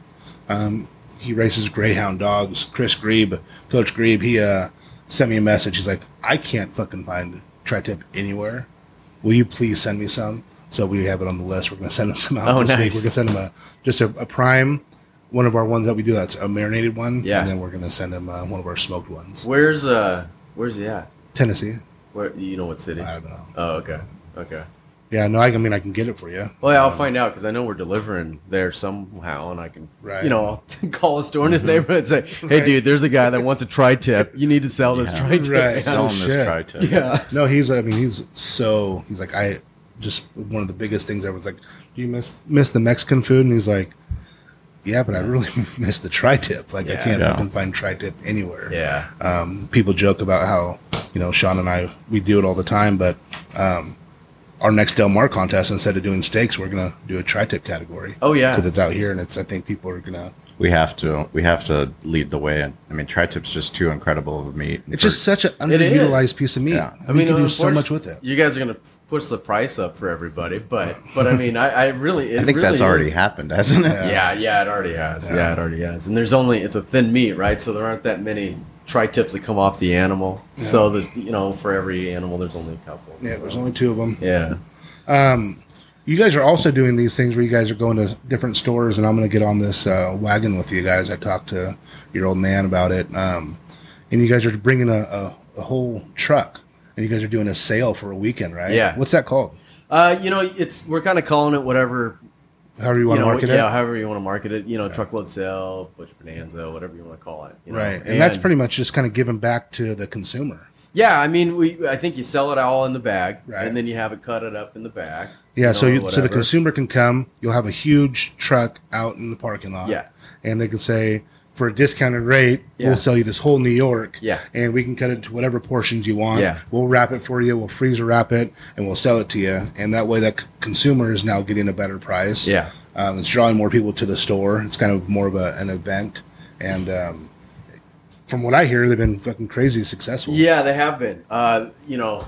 Speaker 2: Um, he races greyhound dogs. Chris Grebe, Coach Grebe, he uh, sent me a message. He's like, I can't fucking find tri-tip anywhere. Will you please send me some? So we have it on the list. We're gonna send him some out
Speaker 4: Oh,
Speaker 2: this week.
Speaker 4: nice.
Speaker 2: We're gonna send him a just a, a prime, one of our ones that we do. That's a marinated one.
Speaker 4: Yeah.
Speaker 2: And then we're gonna send him uh, one of our smoked ones.
Speaker 4: Where's uh where's he at?
Speaker 2: Tennessee.
Speaker 4: Where you know what city?
Speaker 2: I don't know.
Speaker 4: Oh okay. Okay.
Speaker 2: Yeah, no, I, can- I mean, I can get it for you.
Speaker 4: Well, yeah, I'll find out because I know we're delivering there somehow, and I can,
Speaker 2: Right. Mm-hmm.
Speaker 4: you know, I'll [laughs] call a store in his neighborhood and say, "Hey,
Speaker 2: Right.
Speaker 4: dude, there's a guy that wants a tri-tip. You need to sell this
Speaker 3: Yeah.
Speaker 4: tri-tip." [laughs]
Speaker 2: Right.
Speaker 4: man."
Speaker 3: Sell
Speaker 2: Oh,
Speaker 3: him
Speaker 2: shit.
Speaker 3: this try tip.
Speaker 4: Yeah,
Speaker 2: No, he's. I mean, he's so. He's like I. Just one of the biggest things. Everyone's like, "Do you miss miss the Mexican food?" And he's like, "Yeah, but I really [laughs] miss the tri-tip. Like I
Speaker 4: Yeah,
Speaker 2: can't
Speaker 3: yeah.
Speaker 2: fucking find tri-tip anywhere."
Speaker 4: yeah.
Speaker 2: Um, people joke about how you know Sean and I we do it all the time, but um, our next Del Mar contest instead of doing steaks, we're gonna do a tri-tip category
Speaker 4: Oh yeah.
Speaker 2: because it's out here and it's. I think people are gonna.
Speaker 3: We have to we have to lead the way. I mean, tri tip's just too incredible of a meat.
Speaker 2: It's just such an
Speaker 4: is.
Speaker 2: underutilized piece of meat.
Speaker 3: Yeah.
Speaker 2: I mean, you can do so
Speaker 4: unfortunately,
Speaker 2: much with it.
Speaker 4: You guys are gonna push the price up for everybody, but but I mean, I, I really, it
Speaker 3: I think
Speaker 4: really
Speaker 3: that's already
Speaker 4: is-
Speaker 3: happened, hasn't it?
Speaker 2: Yeah.
Speaker 4: Yeah, yeah, it already has. Yeah.
Speaker 2: Yeah.
Speaker 4: it already has. And there's only it's a thin meat, right? So there aren't that many tri-tips that come off the animal. So there's you know for every animal there's only a couple.
Speaker 2: Yeah, there's only two of them.
Speaker 4: Yeah.
Speaker 2: Um, you guys are also doing these things where you guys are going to different stores, and I'm going to get on this uh, wagon with you guys. I talked to your old man about it, um, and you guys are bringing a, a, a whole truck, and you guys are doing a sale for a weekend, right?
Speaker 4: Yeah.
Speaker 2: What's that called?
Speaker 4: Uh, you know, it's we're kind of calling it whatever
Speaker 2: However you want
Speaker 4: know,
Speaker 2: to market
Speaker 4: yeah,
Speaker 2: it,
Speaker 4: however you want to market it. You know, truckload sale, butcher bonanza, whatever you want to call it. you know.
Speaker 2: right? And, that's pretty much just kind of giving back to the consumer.
Speaker 4: Yeah, I mean, we I think you sell it all in the bag,
Speaker 2: Right.
Speaker 4: and then you have it cut it up in the back.
Speaker 2: Yeah. so
Speaker 4: know,
Speaker 2: you, so the
Speaker 4: whatever.
Speaker 2: consumer can come. You'll have a huge truck out in the parking lot.
Speaker 4: Yeah.
Speaker 2: And they can say. For a discounted rate,
Speaker 4: Yeah.
Speaker 2: we'll sell you this whole New York.
Speaker 4: Yeah.
Speaker 2: and we can cut it to whatever portions you want.
Speaker 4: Yeah.
Speaker 2: We'll wrap it for you. We'll freezer wrap it and we'll sell it to you. And that way, that c- consumer is now getting a better price.
Speaker 4: Yeah.
Speaker 2: Um, it's drawing more people to the store. It's kind of more of a, an event. And um, from what I hear, they've been fucking crazy successful.
Speaker 4: Yeah, they have been. Uh, you know,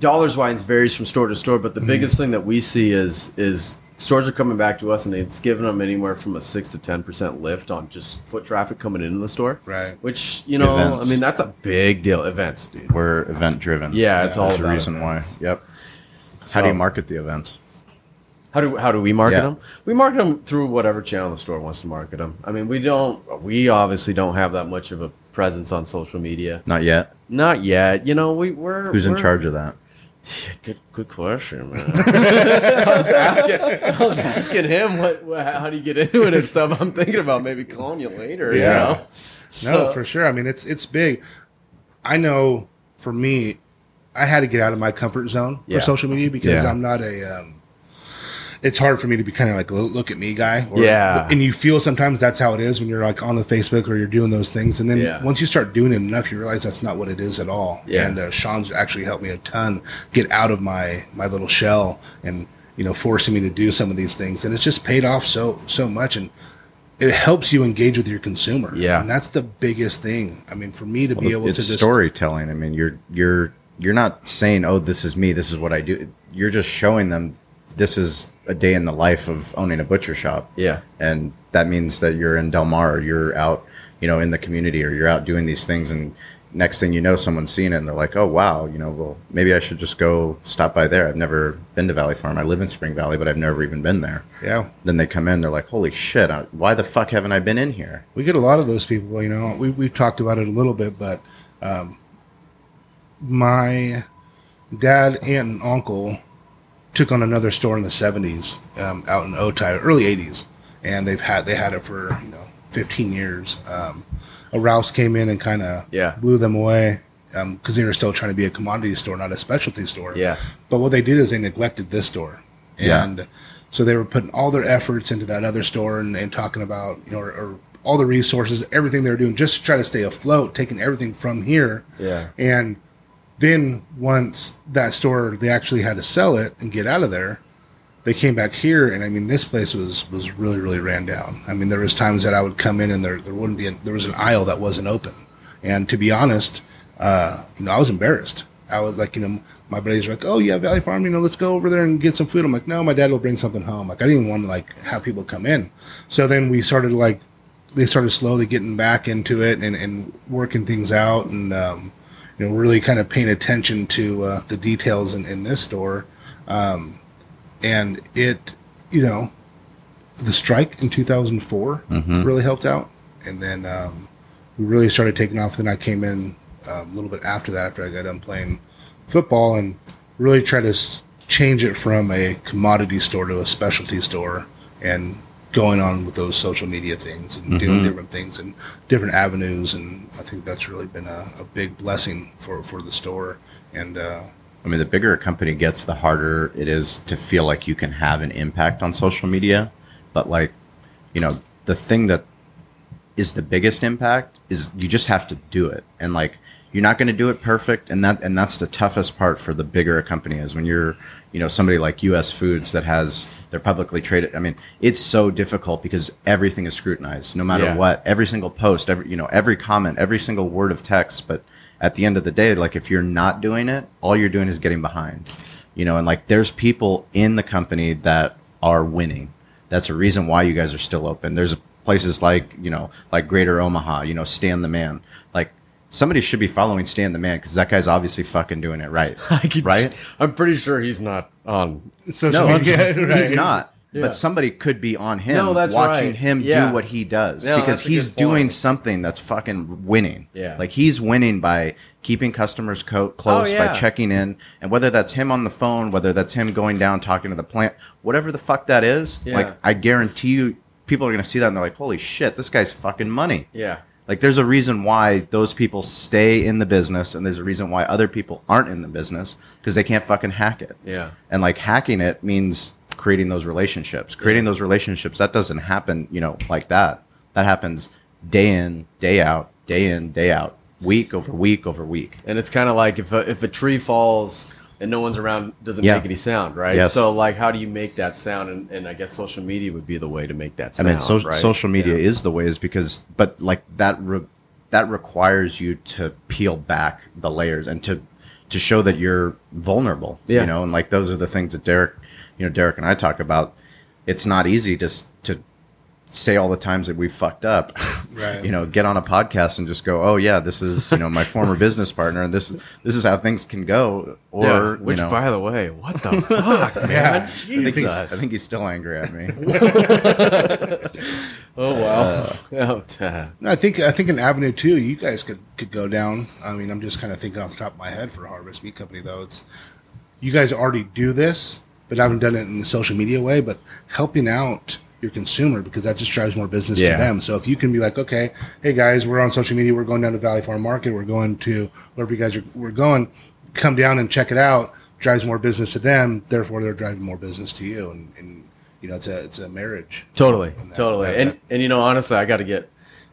Speaker 4: dollars wines varies from store to store, but
Speaker 3: Mm.
Speaker 4: the biggest thing that we see is is stores are coming back to us, and it's giving them anywhere from a six to ten percent lift on just foot traffic coming into the store.
Speaker 2: Right.
Speaker 4: Which you know,
Speaker 3: Events.
Speaker 4: I mean, that's a big deal. Events, dude.
Speaker 3: We're event driven.
Speaker 4: Yeah, it's all
Speaker 3: There's a
Speaker 4: about
Speaker 3: reason
Speaker 4: events.
Speaker 3: why. Yep. How do
Speaker 4: So-
Speaker 3: you market the event?
Speaker 4: How do how do we market
Speaker 3: Yeah.
Speaker 4: them? We market them through whatever channel the store wants to market them. I mean, we don't. We obviously don't have that much of a presence on social media.
Speaker 3: Not yet.
Speaker 4: Not yet. You know, we we're
Speaker 3: Who's in
Speaker 4: we're-
Speaker 3: charge of that?
Speaker 4: Good, good question,
Speaker 3: [laughs]
Speaker 4: man. [laughs] I, was asking, I was asking him what, what, how do you get into it and stuff. I'm thinking about maybe calling you later.
Speaker 2: Yeah.
Speaker 4: You know?
Speaker 2: No,
Speaker 4: So-
Speaker 2: for sure. I mean, it's it's big. I know for me, I had to get out of my comfort zone
Speaker 4: Yeah.
Speaker 2: for social media because
Speaker 3: Yeah.
Speaker 2: I'm not a. Um, it's hard for me to be kind of like lo- look at me guy. Or,
Speaker 4: Yeah.
Speaker 2: And you feel sometimes that's how it is when you're like on the Facebook or you're doing those things, and then
Speaker 4: Yeah.
Speaker 2: once you start doing it enough, you realize that's not what it is at all.
Speaker 4: Yeah.
Speaker 2: And uh, Sean's actually helped me a ton get out of my my little shell and you know forcing me to do some of these things, and it's just paid off so so much and it helps you engage with your consumer.
Speaker 4: Yeah.
Speaker 2: and that's the biggest thing. I mean, for me to be able
Speaker 3: it's
Speaker 2: to just
Speaker 3: storytelling. I mean, you're you're you're not saying, "Oh, this is me. This is what I do." You're just showing them this is a day in the life of owning a butcher shop,
Speaker 4: Yeah.
Speaker 3: and that means that you're in Del Mar, you're out, you know, in the community, or you're out doing these things, and next thing you know, someone's seeing it, and they're like, "Oh, wow, you know, well, maybe I should just go stop by there. I've never been to Valley Farm. I live in Spring Valley, but I've never even been there."
Speaker 2: yeah.
Speaker 3: Then they come in, they're like, "Holy shit! I, why the fuck haven't I been in here?"
Speaker 2: We get a lot of those people. You know, we we've talked about it a little bit, but um, my dad, aunt, and uncle took on another store in the '70s um, out in Otay, early '80s, and they've had they had it for you know 15 years. Um, a Rouse came in and kind of
Speaker 4: Yeah.
Speaker 2: blew them away because they were still trying to be a commodity store, not a specialty store.
Speaker 4: Yeah.
Speaker 2: But what they did is they neglected this store.
Speaker 3: Yeah.
Speaker 2: And so they were putting all their efforts into that other store and, and talking about, you know, or, or all the resources, everything they were doing just to try to stay afloat, taking everything from here.
Speaker 4: Yeah.
Speaker 2: And then once that store, they actually had to sell it and get out of there. They came back here, and I mean, this place was was really really ran down. I mean, there was times that I would come in and there there wouldn't be an, there was an aisle that wasn't open, and to be honest, uh, you know, I was embarrassed. I was like, you know, my buddies were like, "Oh yeah, Valley Farm, you know, let's go over there and get some food." I'm like, "No, my dad will bring something home." Like, I didn't even want to like have people come in. So then we started like they started slowly getting back into it and, and working things out and um, you know really kind of paying attention to uh, the details in, in this store um, and it you know the strike in 2004
Speaker 3: Mm-hmm.
Speaker 2: really helped out and then um, we really started taking off then i came in um, a little bit after that after i got done playing football and really try to s- change it from a commodity store to a specialty store and going on with those social media things and doing
Speaker 3: Mm-hmm.
Speaker 2: different things and different avenues and i think that's really been a, a big blessing for, for the store and uh,
Speaker 3: I mean, the bigger a company gets, the harder it is to feel like you can have an impact on social media. But like, you know, the thing that is the biggest impact is you just have to do it, and like, you're not going to do it perfect, and that and that's the toughest part for the bigger a company is when you're, you know, somebody like U.S. Foods that has they're publicly traded. I mean, it's so difficult because everything is scrutinized, no matter
Speaker 4: Yeah.
Speaker 3: what. Every single post, every you know, every comment, every single word of text, but at the end of the day, like if you're not doing it, all you're doing is getting behind. You know, and like there's people in the company that are winning. That's a reason why you guys are still open. There's places like, you know, like Greater Omaha, you know, Stan the Man. Like somebody should be following Stan the Man because that guy's obviously fucking doing it right.
Speaker 4: [laughs] I could,
Speaker 3: Right?
Speaker 4: I'm pretty sure he's not on.
Speaker 2: social
Speaker 3: No, he's,
Speaker 2: media [laughs] right?
Speaker 3: he's not.
Speaker 4: Yeah.
Speaker 3: But somebody could be on him
Speaker 4: No, that's
Speaker 3: watching
Speaker 4: right.
Speaker 3: him
Speaker 4: Yeah.
Speaker 3: do what he does
Speaker 4: No,
Speaker 3: because
Speaker 4: that's a
Speaker 3: he's
Speaker 4: good
Speaker 3: doing
Speaker 4: point.
Speaker 3: something that's fucking winning.
Speaker 4: Yeah.
Speaker 3: Like he's winning by keeping customers co- close,
Speaker 4: yeah.
Speaker 3: by checking in. And whether that's him on the phone, whether that's him going down talking to the plant, whatever the fuck that is,
Speaker 4: Yeah.
Speaker 3: like I guarantee you people are going to see that and they're like, holy shit, this guy's fucking money.
Speaker 4: Yeah.
Speaker 3: Like there's a reason why those people stay in the business and there's a reason why other people aren't in the business because they can't fucking hack it
Speaker 4: Yeah.
Speaker 3: and like hacking it means creating those relationships creating those relationships that doesn't happen you know like that that happens day in day out day in day out week over week over week
Speaker 4: And it's kind of like if a, if a tree falls and no one's around, it doesn't
Speaker 3: Yeah.
Speaker 4: make any sound, right?
Speaker 3: Yes.
Speaker 4: So like, how do you make that sound? And, and I guess social media would be the way to make that sound.
Speaker 3: i mean so-
Speaker 4: right?
Speaker 3: social media
Speaker 4: Yeah.
Speaker 3: is the way is because but like that re- that requires you to peel back the layers and to to show that you're vulnerable
Speaker 4: Yeah.
Speaker 3: you know and like those are the things that derek you know derek and i talk about it's not easy to s- to say all the times that we fucked up
Speaker 2: Right.
Speaker 3: you know get on a podcast and just go oh yeah this is you know
Speaker 4: [laughs]
Speaker 3: my former business partner and this this is how things can go or
Speaker 4: Yeah, which,
Speaker 3: you know
Speaker 4: by the way, what
Speaker 3: [laughs]
Speaker 4: the fuck, man?
Speaker 2: Yeah.
Speaker 3: I think, he's,
Speaker 4: Jesus.
Speaker 3: I think he's still angry at
Speaker 4: [laughs]
Speaker 3: me
Speaker 4: oh
Speaker 3: uh,
Speaker 4: wow. [laughs] oh, damn.
Speaker 2: No, I think I think an avenue too. You guys could could go down. I mean, I'm just kind of thinking off the top of my head for Harvest Meat Company though. It's you guys already do this, but haven't done it in the social media way. But helping out your consumer because that just drives more business
Speaker 4: Yeah.
Speaker 2: to them. So if you can be like, okay, hey guys, we're on social media. We're going down to Valley Farm Market. We're going to wherever you guys are. We're going. Come down and check it out. Drives more business to them. Therefore, they're driving more business to you. And, and you know, it's a it's a marriage.
Speaker 4: Totally,
Speaker 2: And that-
Speaker 4: totally.
Speaker 2: that-
Speaker 4: and
Speaker 2: that-
Speaker 4: and you know, honestly, I got to get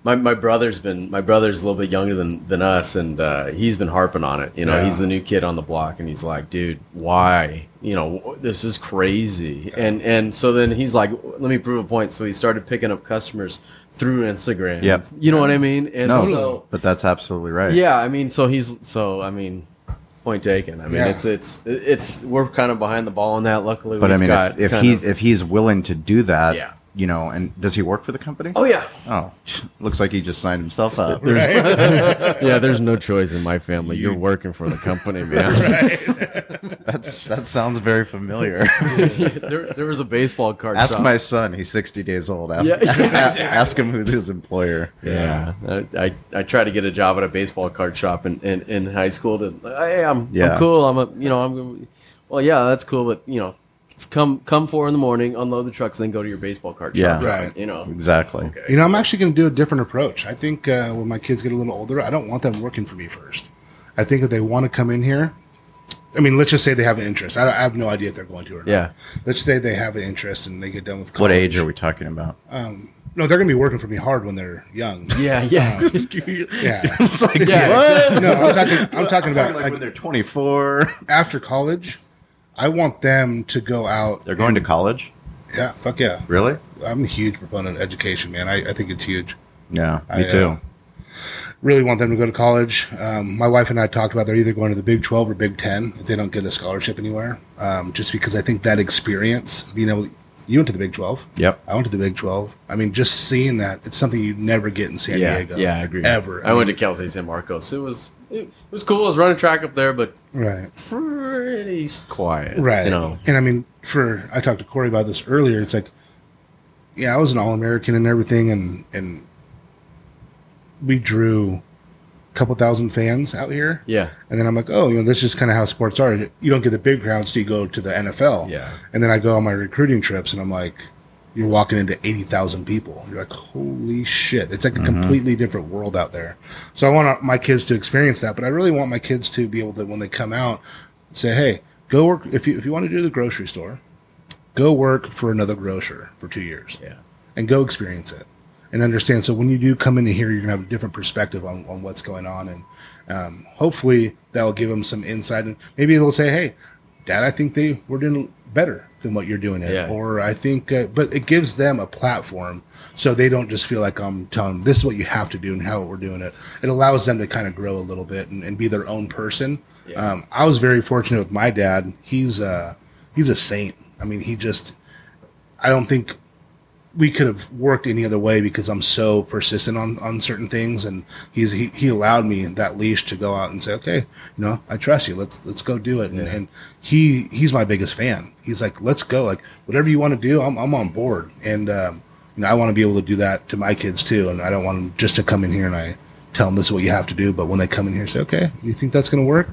Speaker 4: my my brother's been my brother's a little bit younger than than us, and uh, he's been harping on it. You know,
Speaker 2: Yeah.
Speaker 4: he's the new kid on the block, and he's like, dude, why? You know, wh- this is crazy. And and so then he's like, let me prove a point. So he started picking up customers through Instagram.
Speaker 3: Yep.
Speaker 4: you know what I mean. And
Speaker 3: no
Speaker 4: so
Speaker 3: but that's absolutely right
Speaker 4: yeah, I mean, so he's so I mean. Point taken. I mean,
Speaker 2: Yeah.
Speaker 4: it's it's it's we're kind of behind the ball on that. Luckily,
Speaker 3: but i
Speaker 4: we've
Speaker 3: mean
Speaker 4: got
Speaker 3: if, if
Speaker 4: kind
Speaker 3: he
Speaker 4: of-
Speaker 3: if he's willing to do that
Speaker 4: Yeah.
Speaker 3: you know and does he work for the company
Speaker 4: oh yeah,
Speaker 3: oh [laughs] looks like he just signed himself
Speaker 4: [laughs]
Speaker 3: up
Speaker 4: yeah, there's no choice in my family. You're working for the
Speaker 3: [laughs]
Speaker 4: company, man.
Speaker 3: that's that sounds very
Speaker 4: [laughs]
Speaker 3: familiar
Speaker 4: there, there was a baseball card.
Speaker 3: ask
Speaker 4: shop.
Speaker 3: my son he's 60 days old ask, [laughs]
Speaker 4: Yeah, [laughs] yeah,
Speaker 3: a- ask him who's his employer
Speaker 4: Yeah, I, I, I tried to get a job at a baseball card shop in, in, in high school. To hey, I'm,
Speaker 3: Yeah.
Speaker 4: I'm cool. I'm a you know I'm well yeah that's cool, but you know come come four in the morning, unload the trucks, then go to your baseball card
Speaker 3: Yeah.
Speaker 4: shop.
Speaker 2: Right.
Speaker 4: You know.
Speaker 3: exactly
Speaker 2: You know, I'm actually going to do a different approach. I think uh, when my kids get a little older, I don't want them working for me first. I think if they want to come in here, I mean, let's just say they have an interest. I, don't- I have no idea if they're going to or not.
Speaker 4: Yeah.
Speaker 2: Let's say they have an interest and they get done with college.
Speaker 3: what age are we talking about
Speaker 2: Um, no, they're going to be working for me hard when they're young.
Speaker 4: [laughs] Yeah. [laughs] Yeah.
Speaker 2: Yeah.
Speaker 3: [laughs] it's like
Speaker 4: Yeah,
Speaker 3: what?
Speaker 2: No, I'm
Speaker 3: [laughs]
Speaker 2: talking, I'm talking about
Speaker 3: like,
Speaker 2: like,
Speaker 3: when they're 24
Speaker 2: after college. I want them to go out.
Speaker 3: [laughs] they're going to college
Speaker 2: Yeah, fuck yeah.
Speaker 3: really
Speaker 2: I'm a huge proponent of education, man. I, I think it's huge.
Speaker 3: yeah
Speaker 2: I,
Speaker 3: me
Speaker 2: uh,
Speaker 3: too
Speaker 2: really want them to go to college. Um, my wife and I talked about they're either going to the Big 12 or Big 10 if they don't get a scholarship anywhere, um, just because I think that experience, being able to, you went to the Big 12.
Speaker 3: yep
Speaker 2: I went to the Big 12. I mean, just seeing that, it's something you never get in San
Speaker 4: yeah.
Speaker 2: Diego.
Speaker 4: Yeah. I agree.
Speaker 2: Ever.
Speaker 4: I, went to Cal State San Marcos. It was it was cool. I was running track up there, but
Speaker 2: Right.
Speaker 4: pretty quiet.
Speaker 2: Right.
Speaker 4: You know.
Speaker 2: And I mean, for, I talked to Corey about this earlier. It's like, yeah, I was an All American and everything, and, and we drew couple thousand fans out here.
Speaker 4: Yeah.
Speaker 2: And then I'm like, oh, you know, this is kind of how sports are. You don't get the big crowds till you go to the NFL.
Speaker 4: Yeah.
Speaker 2: And then I go on my recruiting trips and I'm like, you're walking into 80,000 people. You're like, holy shit. It's like a completely different world out there. So I want our- my kids to experience that, but I really want my kids to be able to, when they come out, say, hey, go work. If you, if you want to do the grocery store, go work for another grocer for two years
Speaker 4: Yeah.
Speaker 2: and go experience it and understand. So when you do come into here, you're gonna have a different perspective on, on what's going on, and um, hopefully that will give them some insight. And maybe they'll say, "Hey, Dad, I think they were doing better than what you're doing it,"
Speaker 4: Yeah.
Speaker 2: or I think. Uh, but it gives them a platform, so they don't just feel like I'm telling them this is what you have to do and how we're doing it. It allows them to kind of grow a little bit and, and be their own person.
Speaker 4: Yeah.
Speaker 2: Um, I was very fortunate with my dad. He's uh, he's a saint. I mean, he just. I don't think we could have worked any other way because I'm so persistent on, on certain things, and he's he, he allowed me that leash to go out and say, okay, you know, I trust you. Let's let's go do it. And, and he he's my biggest fan. He's like, let's go. Like whatever you want to do, I'm I'm on board. And um, you know, I want to be able to do that to my kids too. And I don't want them just to come in here and I tell them this is what you have to do. But when they come in here, say, okay, you think that's going to work?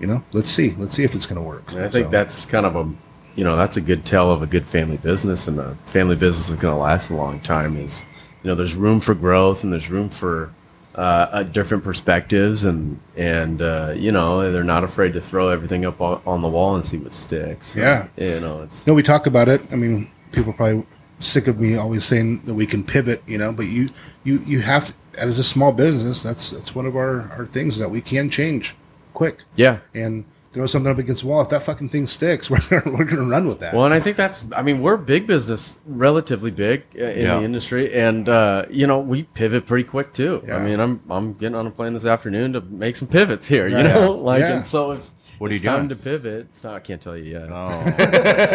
Speaker 2: You know, let's see. Let's see if it's going to work.
Speaker 4: And I think
Speaker 2: So-
Speaker 4: that's kind of a, you know, that's a good tell of a good family business, and a family business is going to last a long time. Is you know, there's room for growth, and there's room for uh, uh, different perspectives, and and uh, you know, they're not afraid to throw everything up on, on the wall and see what sticks.
Speaker 2: Yeah.
Speaker 4: you know, it's
Speaker 2: you know, we talk about it. I mean, people are probably sick of me always saying that we can pivot, you know, but you, you, you have to, as a small business, that's, that's one of our, our things that we can change quick
Speaker 4: yeah.
Speaker 2: and throw something up against the wall. If that fucking thing sticks, [laughs] we're, gonna- we're going to run with that.
Speaker 4: Well, and I think that's, I mean, we're big business, relatively big uh, in
Speaker 3: Yeah.
Speaker 4: the industry. And, uh, you know, we pivot pretty quick too.
Speaker 2: Yeah.
Speaker 4: I mean, I'm, I'm getting on a plane this afternoon to make some pivots here, you
Speaker 2: Yeah.
Speaker 4: know? Like,
Speaker 2: Yeah.
Speaker 4: and so if
Speaker 3: What are
Speaker 4: it's
Speaker 3: you
Speaker 4: time
Speaker 3: doing?
Speaker 4: to pivot, it's not, I can't tell you yet.
Speaker 3: Oh,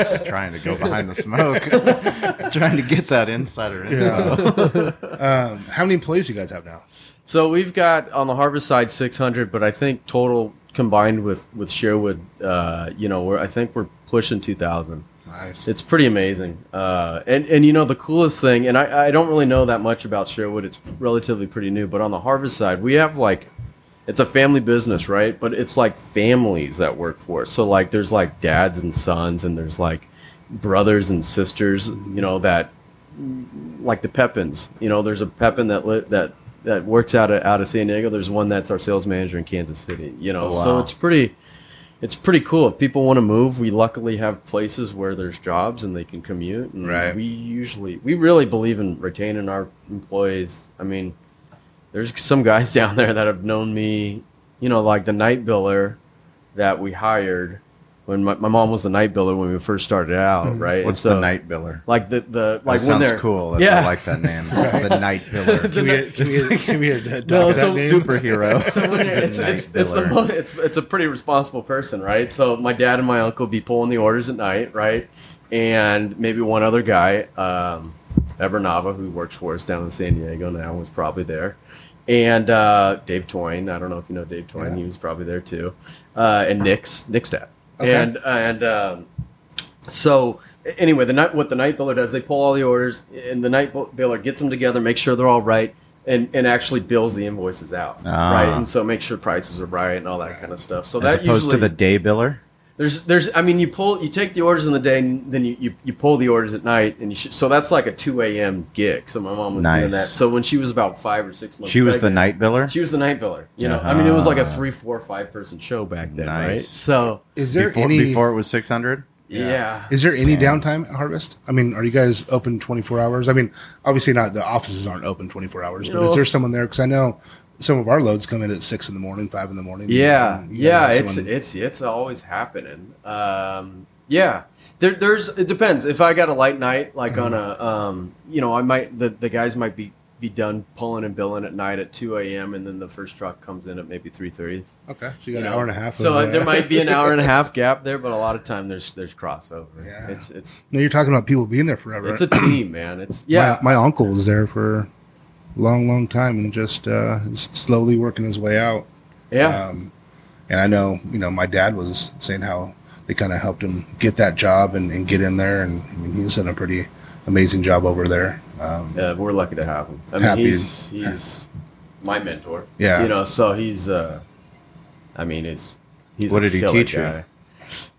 Speaker 3: [laughs] just trying to go behind the smoke, [laughs] trying to get that insider info.
Speaker 4: [laughs]
Speaker 2: um, how many employees you guys have now?
Speaker 4: So we've got on the harvest side 600, but I think total combined with, with Sherwood, uh, you know, we're, I think we're pushing 2,000.
Speaker 2: Nice.
Speaker 4: It's pretty amazing. Uh, and, and you know, the coolest thing, and I, I don't really know that much about Sherwood. It's relatively pretty new, but on the harvest side, we have like, it's a family business, right? But it's like families that work for it. So, like, there's like dads and sons, and there's like brothers and sisters, you know, that like the Pepins. You know, there's a Pepin that li- that that works out of out of San Diego. There's one that's our sales manager in Kansas City. You know,
Speaker 3: Oh,
Speaker 4: so
Speaker 3: wow.
Speaker 4: it's pretty it's pretty cool. If people want to move, we luckily have places where there's jobs and they can commute. And
Speaker 2: Right.
Speaker 4: We usually we really believe in retaining our employees. I mean, there's some guys [laughs] down there that have known me. You know, like the night biller that we hired when my, my mom was the night biller when we first started out, right? And
Speaker 3: Mm-hmm. What's
Speaker 4: so,
Speaker 3: the night biller?
Speaker 4: Like the the like
Speaker 3: that
Speaker 4: when
Speaker 3: uh, sounds
Speaker 4: they're
Speaker 3: cool. That's,
Speaker 4: yeah.
Speaker 3: I like that name. the
Speaker 2: [laughs]
Speaker 3: night biller.
Speaker 2: Can we, can we, can we adopt
Speaker 4: [laughs] No,
Speaker 2: that
Speaker 4: so-
Speaker 2: name?
Speaker 3: Superhero.
Speaker 4: [laughs] So when you're- [laughs] it's,
Speaker 3: Night
Speaker 4: it's, it's, the
Speaker 3: biller.
Speaker 4: mo- it's, it's a pretty responsible person, right? So my dad and my uncle be pulling the orders at night, right? And maybe one other guy, um, Evernava, who works for us down in San Diego now, was probably there. And uh, Dave Toyne, I don't know if you know Dave Toyne,
Speaker 2: Yeah.
Speaker 4: he was probably there too. Uh, and Nick's, Nick's dad.
Speaker 2: Okay.
Speaker 4: And, and um, so anyway, the night what the night biller does, they pull all the orders, and the night bu- biller gets them together, makes sure they're all right, and and actually bills the invoices out,
Speaker 3: Ah.
Speaker 4: right? And so make sure prices are right and all that kind of stuff. So
Speaker 3: As
Speaker 4: that
Speaker 3: opposed
Speaker 4: usually
Speaker 3: to the day biller.
Speaker 4: there's there's I mean you pull you take the orders in the day and then you, you, you pull the orders at night and you sh- so that's like a two a.m. gig. So my mom was doing
Speaker 3: Nice.
Speaker 4: that. So when she was about five or six months,
Speaker 3: She was the night
Speaker 4: pregnant,
Speaker 3: biller.
Speaker 4: She was the night biller. You know, I mean it was like a
Speaker 3: Ah.
Speaker 4: three, four, five person show back then, right?
Speaker 3: Nice.
Speaker 4: So
Speaker 2: Is there
Speaker 3: before,
Speaker 2: any,
Speaker 3: before it was six hundred.
Speaker 2: Yeah.
Speaker 4: yeah.
Speaker 2: Is there any downtime at Harvest? I mean, are you guys open 24 hours? I mean, obviously not. The offices aren't open 24 hours, but
Speaker 4: No.
Speaker 2: is there someone there? Because I know some of our loads come in at six in the morning, five in the morning.
Speaker 4: Yeah,
Speaker 2: And you
Speaker 4: yeah,
Speaker 2: gotta have
Speaker 4: it's
Speaker 2: someone-
Speaker 4: it's it's always happening. Um, yeah, there, there's it depends. If I got a light night, like on
Speaker 2: Mm-hmm.
Speaker 4: a, um, you know, I might the, the guys might be be done pulling and billing at night at two a.m. and then the first truck comes in at maybe three thirty.
Speaker 2: okay. So you got
Speaker 4: you
Speaker 2: an
Speaker 4: know,
Speaker 2: hour and a half.
Speaker 4: So
Speaker 2: of, uh,
Speaker 4: there might be an hour and a half gap there, but a lot of time there's there's crossover.
Speaker 2: Yeah.
Speaker 4: it's it's
Speaker 2: [laughs] no, you're talking about people being there forever.
Speaker 4: it's a team, man. It's
Speaker 2: My-
Speaker 4: yeah.
Speaker 2: My, uncle was there for a long, long time and just uh, s- slowly working his way out.
Speaker 4: yeah.
Speaker 2: Um, and I know, you know, my dad was saying how they kind of helped him get that job and, and get in there. And I mean, he's done a pretty amazing job over there. Um,
Speaker 4: Uh, Yeah, we're lucky to have him. I mean,
Speaker 2: Happy.
Speaker 4: he's he's my mentor.
Speaker 2: Yeah.
Speaker 4: You know, so he's, uh, I mean, it's, he's
Speaker 3: What
Speaker 4: a
Speaker 3: did he
Speaker 4: killer
Speaker 3: teach you?
Speaker 4: guy.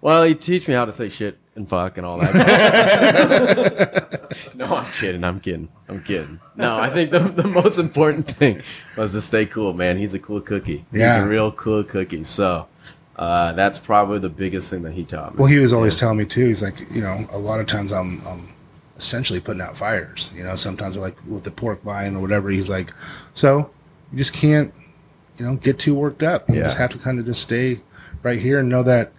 Speaker 4: Well, he teach me how to say shit and fuck and
Speaker 3: [laughs]
Speaker 4: all that. kind of stuff. no, I'm kidding. I'm kidding. I'm kidding. No, I think the, the most important thing was to stay cool, man. He's a cool cookie. He's
Speaker 2: Yeah.
Speaker 4: a real cool cookie. So uh, that's probably the biggest thing that he taught me.
Speaker 2: Well, he was always telling me too. He's like, you know, a lot of times I'm, I'm essentially putting out fires. You know, sometimes like with the pork buying or whatever. He's like, so you just can't, you know, get too worked up. You
Speaker 4: Yeah.
Speaker 2: just have to kind of just stay right here and know that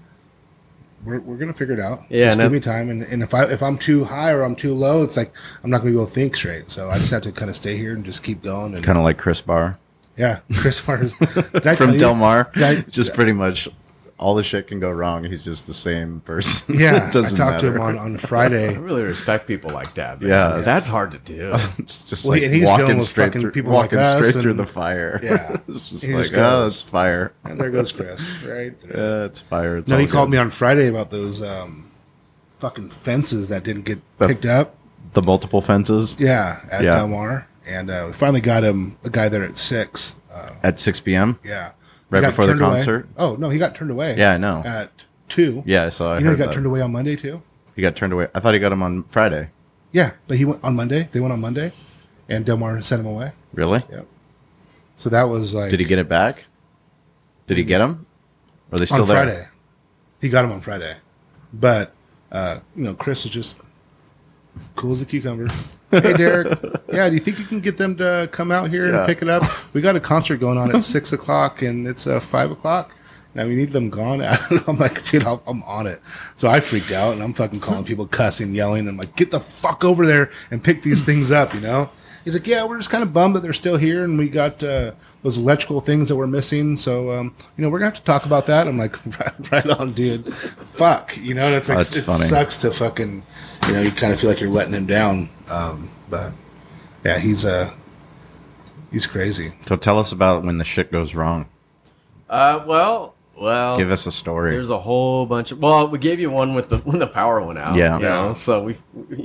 Speaker 2: we're, we're gonna figure it out.
Speaker 4: Yeah,
Speaker 2: just give
Speaker 4: and that-
Speaker 2: me time. And, and if I if I'm too high or I'm too low, it's like I'm not gonna be able to think straight. So I just have to kind of stay here and just keep going. And
Speaker 3: Kind of like Chris Barr
Speaker 2: yeah, [laughs] Chris Mars Did I tell
Speaker 3: from
Speaker 2: you?
Speaker 3: Del Mar.
Speaker 2: I-
Speaker 3: just pretty much all the shit can go wrong. He's just the same person. [laughs]
Speaker 2: Yeah, I
Speaker 3: It doesn't
Speaker 2: talked to
Speaker 3: matter.
Speaker 2: him on on Friday.
Speaker 4: I really respect people like that. Man.
Speaker 3: Yeah.
Speaker 4: That's hard
Speaker 3: [laughs]
Speaker 4: to do.
Speaker 3: [laughs] it's just
Speaker 2: Well,
Speaker 3: like
Speaker 2: and he's
Speaker 3: walking
Speaker 2: dealing with
Speaker 3: straight
Speaker 2: fucking
Speaker 3: through,
Speaker 2: people
Speaker 3: walking
Speaker 2: like us
Speaker 3: straight through
Speaker 2: and-
Speaker 3: the fire.
Speaker 2: Yeah.
Speaker 3: [laughs] it's just
Speaker 2: He
Speaker 3: like
Speaker 2: just
Speaker 3: oh,
Speaker 2: goes-
Speaker 3: that's fire.
Speaker 2: And there goes Chris, right? There.
Speaker 3: [laughs] Yeah, it's fire. It's
Speaker 2: No,
Speaker 3: all
Speaker 2: he called me
Speaker 3: good.
Speaker 2: on Friday about those um, fucking fences that didn't get
Speaker 3: The-
Speaker 2: picked up.
Speaker 3: the multiple fences
Speaker 2: Yeah, at
Speaker 3: Yeah.
Speaker 2: Del Mar, and uh, we finally got him a guy there at six. Uh,
Speaker 3: at 6 p.m.
Speaker 2: yeah, He
Speaker 3: Right
Speaker 2: got
Speaker 3: before the
Speaker 2: turned away.
Speaker 3: concert?
Speaker 2: Oh no, he got turned away.
Speaker 3: Yeah, I know.
Speaker 2: at two.
Speaker 3: yeah, I saw. I
Speaker 2: you know he
Speaker 3: heard
Speaker 2: got
Speaker 3: that.
Speaker 2: turned away on Monday too.
Speaker 3: He got turned away. I thought he got him on Friday.
Speaker 2: Yeah, but he went on Monday. They went on Monday, and Del Mar sent him away.
Speaker 3: Really?
Speaker 2: So that was like
Speaker 3: Did he get it back? Did he get him? Are they still
Speaker 2: on
Speaker 3: there?
Speaker 2: Friday. He got him on Friday, but uh, you know Chris was just cool as a cucumber. [laughs] hey
Speaker 3: [laughs]
Speaker 2: Derek, yeah, do you think you can get them to come out here
Speaker 3: Yeah.
Speaker 2: and pick it up? We got a concert going on at [laughs] six o'clock, and it's uh, five o'clock. Now we need them gone. [laughs] I'm like, dude, I'm, I'm on it. So I freaked out, and I'm fucking
Speaker 3: [laughs]
Speaker 2: calling people, cussing, yelling. I'm like, get the fuck over there and pick these things up, you know? He's like, yeah, we're just kind of bummed that they're still here, and we got uh, those electrical things that we're missing. So, um, you know, we're gonna have to talk about that. I'm like, [laughs] right, right on, dude. Fuck, you know, and it's like
Speaker 3: That's
Speaker 2: it
Speaker 3: funny.
Speaker 2: sucks to fucking, you know, you kind of feel like you're letting him down. Um, but yeah, he's uh, he's crazy.
Speaker 3: So tell us about when the shit goes wrong.
Speaker 4: Uh, well, well.
Speaker 3: Give us a story.
Speaker 4: There's a whole bunch of well, we gave you one with the when the power went out.
Speaker 3: Yeah.
Speaker 4: you know, so we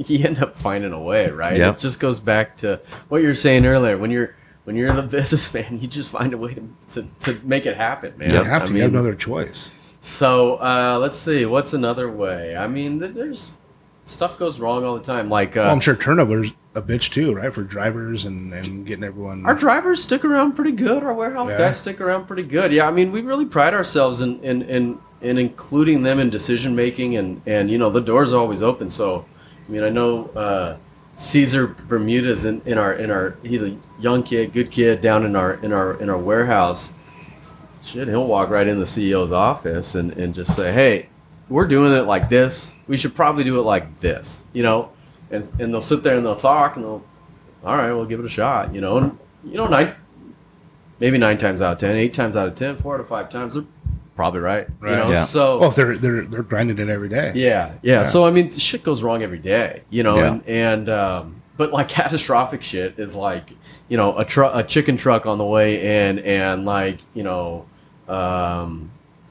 Speaker 4: he ended up finding a way, right?
Speaker 3: Yep.
Speaker 4: It just goes back to what you were saying earlier. When you're when you're the [laughs] businessman, you just find a way to, to, to make it happen, man.
Speaker 3: Yep.
Speaker 2: You have to.
Speaker 4: I
Speaker 2: you have no
Speaker 4: mean,
Speaker 2: other choice.
Speaker 4: so uh, let's see, what's another way? I mean, th- there's stuff goes wrong all the time. Like uh,
Speaker 2: Well, I'm sure turnovers a bitch too, right? For drivers and and getting everyone.
Speaker 4: our drivers stick around pretty good. Our warehouse
Speaker 2: Yeah.
Speaker 4: guys stick around pretty good. Yeah, I mean, we really pride ourselves in in in, in including them in decision making, and and you know the doors are always open. So, I mean, I know uh, Caesar Bermudez in, in our in our he's a young kid, good kid down in our in our in our warehouse. Shit, he'll walk right in the CEO's office and and just say, hey, we're doing it like this. We should probably do it like this, you know. And and they'll sit there and they'll talk and they'll all right, we'll give it a shot. You know, and you know, nine, maybe nine times out of ten, eight times out of ten, four to five times, they're probably right.
Speaker 2: Right.
Speaker 4: You know,
Speaker 3: Yeah.
Speaker 4: so
Speaker 2: Well, if Oh, they're they're they're grinding it every day.
Speaker 4: yeah, yeah, So I mean, th- shit goes wrong every day, you know,
Speaker 3: Yeah.
Speaker 4: and and um, but like [laughs] catastrophic shit is like you know a truck, a chicken truck on the way in, and like you know. Um,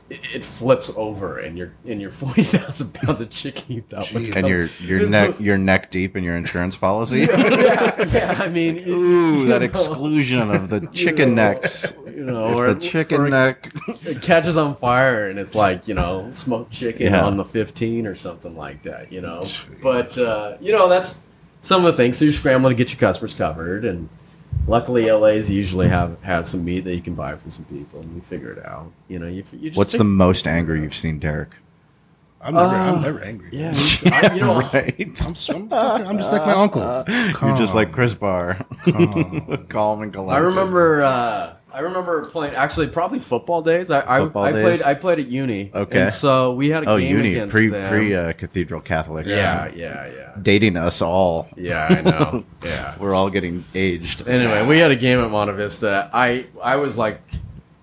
Speaker 4: it it flips over, and you're and you're [laughs] forty thousand pounds of chicken you thought was
Speaker 2: Jeez.
Speaker 3: and
Speaker 4: coming. [laughs]
Speaker 3: you're you're
Speaker 4: It's
Speaker 3: neck you're neck deep in your insurance policy.
Speaker 4: [laughs] yeah, yeah, I mean, it-
Speaker 3: Ooh,
Speaker 4: you
Speaker 3: that
Speaker 4: know,
Speaker 3: exclusion of the
Speaker 4: [laughs] you
Speaker 3: chicken
Speaker 4: know,
Speaker 3: necks.
Speaker 4: you know,
Speaker 3: If
Speaker 4: or
Speaker 3: the chicken
Speaker 4: or it- [laughs]
Speaker 3: neck
Speaker 4: it catches on fire and it's like you know smoked chicken
Speaker 3: Yeah.
Speaker 4: on the 15 or something like that you know but uh, you know that's some of the things so you're scrambling to get your customers covered and luckily la's usually have has some meat that you can buy from some people and you figure it out you know you, you just
Speaker 3: What's the
Speaker 4: figure-
Speaker 3: most anger you've seen, Derek?
Speaker 2: I'm never I'm
Speaker 4: Uh,
Speaker 2: never angry.
Speaker 3: [laughs]
Speaker 4: yeah it's- I, you know
Speaker 3: right.
Speaker 2: I'm, so- I'm, fucking, I'm just like my
Speaker 4: [laughs]
Speaker 2: uncles.
Speaker 3: You're just like Chris Barr,
Speaker 2: Calm.
Speaker 3: [laughs] calm and collected.
Speaker 4: I remember. Uh, I remember playing. Actually, probably football days. I I,
Speaker 3: Football
Speaker 4: I
Speaker 3: days?
Speaker 4: played. I played at uni.
Speaker 3: Okay.
Speaker 4: And so we had a
Speaker 3: Oh,
Speaker 4: game
Speaker 3: uni
Speaker 4: against
Speaker 3: pre
Speaker 4: them.
Speaker 3: pre uh, Cathedral Catholic. uh,
Speaker 4: yeah, yeah, yeah,
Speaker 3: dating us all.
Speaker 4: yeah.
Speaker 3: [laughs]
Speaker 4: I know. Yeah.
Speaker 3: We're all getting aged.
Speaker 4: Anyway, we had a game at Monta Vista. I I was like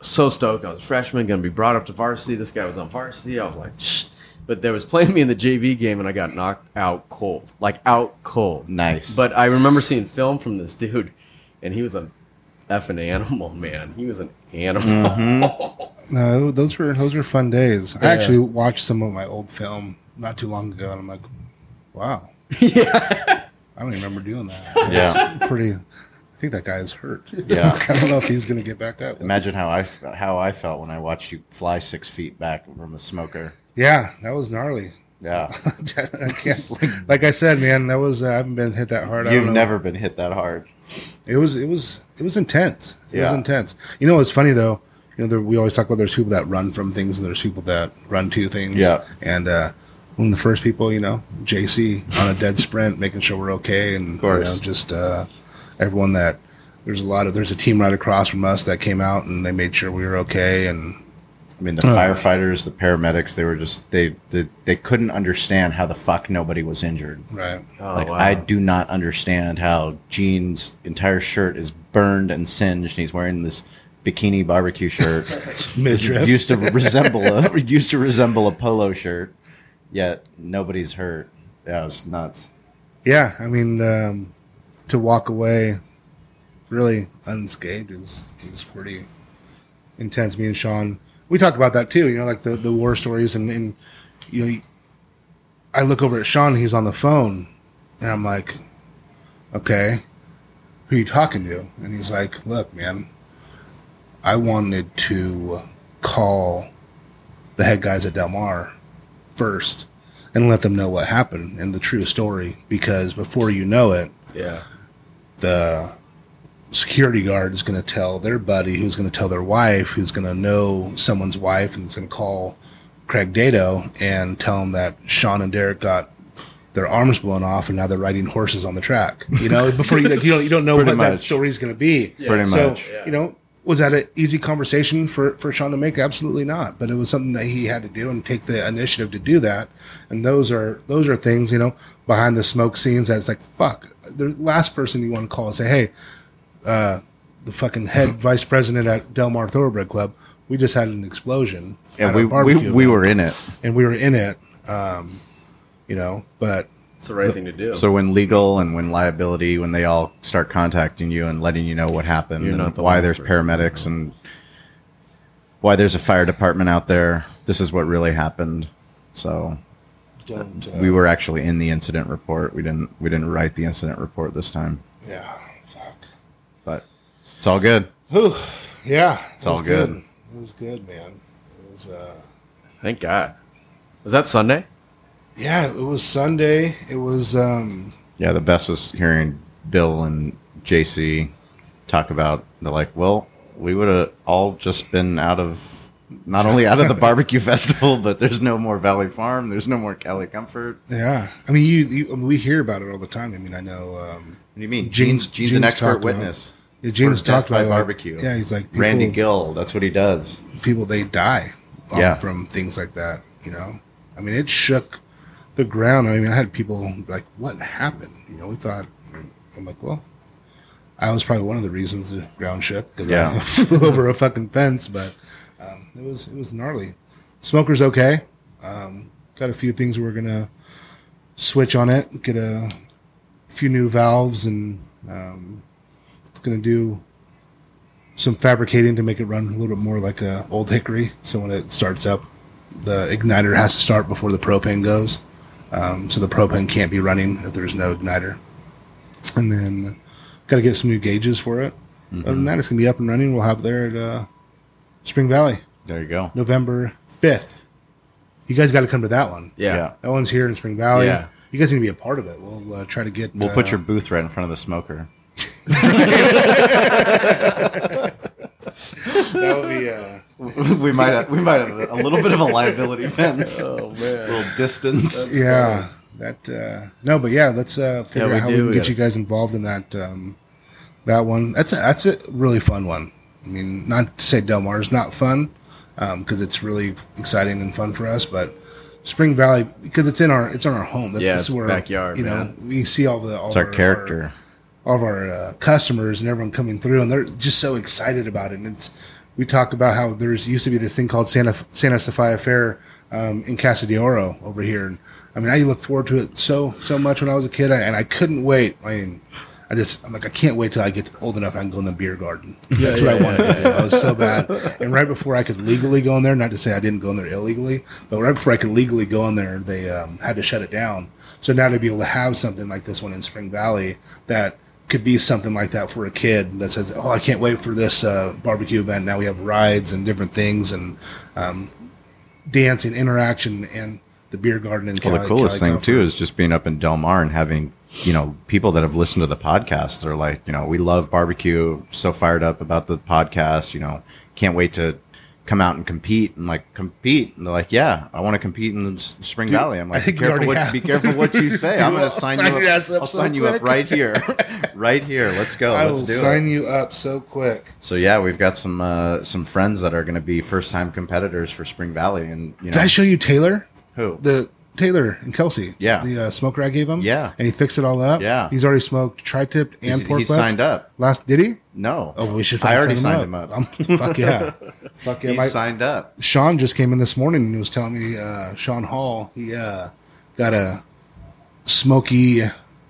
Speaker 4: so stoked. I was a freshman, gonna be brought up to varsity. This guy was on varsity. I was like, Shh. but they was playing me in the JV game, and I got knocked out cold, like out cold.
Speaker 3: Nice.
Speaker 4: But I remember seeing film from this dude, and he was an effing animal, man. He was an animal.
Speaker 3: Mm-hmm.
Speaker 2: No, those were those were fun days. I
Speaker 4: Yeah.
Speaker 2: actually watched some of my old film not too long ago, and I'm like, wow,
Speaker 4: [laughs] yeah.
Speaker 2: I don't even remember doing that.
Speaker 4: [laughs]
Speaker 3: Yeah.
Speaker 2: Pretty I think that guy is hurt.
Speaker 3: Yeah.
Speaker 2: [laughs] I don't know if he's going to get back up.
Speaker 3: Imagine how I f- how I felt when I watched you fly six feet back from the smoker.
Speaker 2: Yeah, that was gnarly. [laughs]
Speaker 3: Yeah,
Speaker 2: I can't.
Speaker 3: It's like,
Speaker 2: Like I said, man, that was uh, I haven't been hit that hard. I don't
Speaker 3: you've
Speaker 2: know.
Speaker 3: never been hit that hard.
Speaker 2: It was it was it was intense. It
Speaker 3: Yeah.
Speaker 2: was intense. You know, it's funny though. You know, there, we always talk about there's people that run from things and there's people that run to things.
Speaker 3: Yeah.
Speaker 2: And uh, one of the first people, you know, JC on a dead sprint, making sure we're okay, and of
Speaker 3: course.
Speaker 2: you know, just uh, everyone that there's a lot of there's a team right across from us that came out and they made sure we were okay and
Speaker 3: I mean, the firefighters, the paramedics, they were just they they, they couldn't understand how the fuck nobody was injured.
Speaker 2: right.
Speaker 4: [laughs] Oh,
Speaker 3: like
Speaker 4: wow.
Speaker 3: I do not understand how Gene's entire shirt is burned and singed, and he's wearing this bikini
Speaker 2: [laughs]
Speaker 3: barbecue shirt. This
Speaker 2: Midriff.
Speaker 3: used to resemble
Speaker 2: [laughs]
Speaker 3: a used to resemble a polo shirt, yet nobody's hurt. Yeah, it's nuts.
Speaker 2: yeah, I mean, um, to walk away really unscathed is is pretty intense. Me and Sean, we talk about that too. You know, like the the war stories, and, and you know, I look over at Sean, he's on the phone, and I'm like, okay, who you talking to? And he's like, look, man, I wanted to call the head guys at Del Mar first and let them know what happened and the true story because before you know it,
Speaker 4: yeah.
Speaker 2: the security guard is going to tell their buddy who's going to tell their wife who's going to know someone's wife and is going to call Craig Dato and tell him that Sean and Derek got their arms blown off and now they're riding horses on the track. You know, before you, like, you don't you don't know what
Speaker 3: [laughs] Pretty
Speaker 2: that
Speaker 3: much.
Speaker 2: story is going to be.
Speaker 3: Pretty
Speaker 2: So
Speaker 3: much.
Speaker 4: Yeah.
Speaker 2: you know, was that an easy conversation for for Sean to make? Absolutely not. But it was something that he had to do and take the initiative to do that. And those are those are things you know behind the smoke scenes that it's like fuck. The last person you want to call and say, hey, uh, the fucking
Speaker 3: Mm-hmm.
Speaker 2: head vice president at Del Mar Thoroughbred Club. We just had an explosion.
Speaker 3: And
Speaker 2: at
Speaker 3: we,
Speaker 2: our
Speaker 3: we
Speaker 2: barbecue
Speaker 3: we
Speaker 2: event,"
Speaker 3: were in it.
Speaker 2: and we were in it. Um, you know, but
Speaker 4: It's the right thing to do.
Speaker 3: So when legal and when liability, when they all start contacting you and letting you know what happened,
Speaker 4: You're
Speaker 3: and
Speaker 4: not the
Speaker 3: why
Speaker 4: last
Speaker 3: there's
Speaker 4: person.
Speaker 3: paramedics and why there's a fire department out there, this is what really happened. So
Speaker 2: don't, uh,
Speaker 3: we were actually in the incident report. We didn't we didn't write the incident report this time,
Speaker 2: Yeah. Fuck.
Speaker 3: but it's all good.
Speaker 2: Whew. Yeah. It's
Speaker 3: all good.
Speaker 2: It was good, man. It was uh
Speaker 4: Thank God. Was that Sunday?
Speaker 2: yeah, it was Sunday. It was um
Speaker 3: Yeah, the best was hearing Bill and JC talk about they're like, well, we would have all just been out of not only out
Speaker 2: [laughs]
Speaker 3: of the barbecue festival, but there's no more Valley Farm, there's no more Cali Comfort.
Speaker 2: yeah. I mean you, you I mean, we hear about it all the time. I mean I know um
Speaker 3: What do you mean?
Speaker 2: Gene's-
Speaker 3: Gene's Gene's, an
Speaker 2: Gene's
Speaker 3: expert
Speaker 2: talked about
Speaker 3: witness.
Speaker 2: yeah, Gene's
Speaker 3: For Death
Speaker 2: talked
Speaker 3: by
Speaker 2: about it, like-
Speaker 3: Barbecue.
Speaker 2: yeah, he's like people,
Speaker 3: Randy Gill, that's what he does.
Speaker 2: people they die um,
Speaker 3: Yeah.
Speaker 2: from things like that, you know. I mean it shook the ground. I mean I had people like, What happened? You know, we thought I'm like, Well, I was probably one of the reasons the ground shook because I
Speaker 3: Yeah.
Speaker 2: [laughs] flew over a fucking fence. But um, it was it was gnarly. Smoker's okay. Um, got a few things we're gonna switch on it. Get a few new valves and um, it's gonna do some fabricating to make it run a little bit more like a old hickory. So when it starts up, the igniter has to start before the propane goes. Um, so the propane can't be running if there's no igniter. And then got to get some new gauges for it. Other
Speaker 3: Mm-hmm.
Speaker 2: than that, it's gonna be up and running. We'll have it there at uh, Spring Valley,
Speaker 3: There you go.
Speaker 2: November fifth. You guys got to come to that one.
Speaker 4: Yeah.
Speaker 2: That one's here in Spring Valley.
Speaker 4: Yeah.
Speaker 2: You guys need to be a part of it. We'll uh, try to get.
Speaker 3: We'll
Speaker 2: uh,
Speaker 3: put your booth right in front of the smoker.
Speaker 2: [laughs]
Speaker 3: [laughs]
Speaker 2: That would be. Uh,
Speaker 3: we might have, we might have a little bit of a liability
Speaker 2: [laughs]
Speaker 3: fence.
Speaker 4: Oh man.
Speaker 3: little distance.
Speaker 2: yeah. That. Uh, no, but yeah, let's uh, figure
Speaker 4: we
Speaker 2: out how
Speaker 4: do.
Speaker 2: we can
Speaker 4: We
Speaker 2: get
Speaker 4: gotta-
Speaker 2: you guys involved in that. Um, that one. That's a, that's a really fun one. I mean, not to say Del Mar is not fun, because it's really exciting and fun for us, but. Spring Valley, because it's in our it's in our home. That's,
Speaker 4: Yeah,
Speaker 2: that's
Speaker 4: it's
Speaker 2: where
Speaker 4: backyard,
Speaker 2: You know,
Speaker 4: man.
Speaker 2: we see all the all
Speaker 3: It's our
Speaker 2: our-
Speaker 3: character.
Speaker 2: all of our uh, customers and everyone coming through, and they're just so excited about it. And it's we talk about how there's used to be this thing called Santa Santa Sophia Fair um, in Casa de Oro over here, and I mean I look forward to it so so much when I was a kid, and I couldn't wait. I mean. I just, I'm like, I can't wait till I get old enough I can go in the beer garden. That's what I wanted to do. I was so bad. And right before I could legally go in there, not to say I didn't go in there illegally, but right before I could legally go in there, they um, had to shut it down. So now to be able to have something like this one in Spring Valley that could be something like that for a kid that says, "Oh, I can't wait for this uh, barbecue event." Now we have rides and different things and um, dancing, interaction, and the beer garden. And
Speaker 3: Well, the coolest thing too is just being up in Del Mar and having you know people that have listened to the podcast that are like, you know, we love barbecue, so fired up about the podcast, you know, can't wait to come out and compete and like compete and they're like yeah i want to compete in the S- spring valley i'm
Speaker 2: I
Speaker 3: like be
Speaker 2: think you
Speaker 3: careful,
Speaker 2: already
Speaker 3: what,
Speaker 2: have.
Speaker 3: be careful what you say
Speaker 2: [laughs] Dude,
Speaker 3: i'm gonna
Speaker 2: I'll
Speaker 3: sign,
Speaker 2: sign
Speaker 3: you
Speaker 2: your
Speaker 3: up
Speaker 2: ass up
Speaker 3: i'll
Speaker 2: so
Speaker 3: sign you up
Speaker 2: quick.
Speaker 3: right here
Speaker 2: [laughs]
Speaker 3: right here let's go
Speaker 2: I will
Speaker 3: let's do it
Speaker 2: sign you up so quick.
Speaker 3: so yeah we've got some uh some friends that are going to be first time competitors for spring valley and you
Speaker 2: Did
Speaker 3: know
Speaker 2: I show you Taylor?
Speaker 3: who
Speaker 2: The Taylor and Kelsey.
Speaker 3: Yeah.
Speaker 2: The uh, smoker I gave him.
Speaker 3: Yeah.
Speaker 2: And he fixed it all up.
Speaker 3: Yeah.
Speaker 2: He's already smoked tri-tipped and
Speaker 3: He's-
Speaker 2: pork
Speaker 3: he signed up
Speaker 2: Last did he?
Speaker 3: no
Speaker 2: Oh, we should.
Speaker 3: I already
Speaker 2: sign
Speaker 3: signed him up.
Speaker 2: I'm- fuck
Speaker 3: [laughs]
Speaker 2: yeah, fuck yeah.
Speaker 3: He
Speaker 2: My-
Speaker 3: signed up.
Speaker 2: Sean just came in this morning and he was telling me uh, Sean Hall he uh, got a Smoky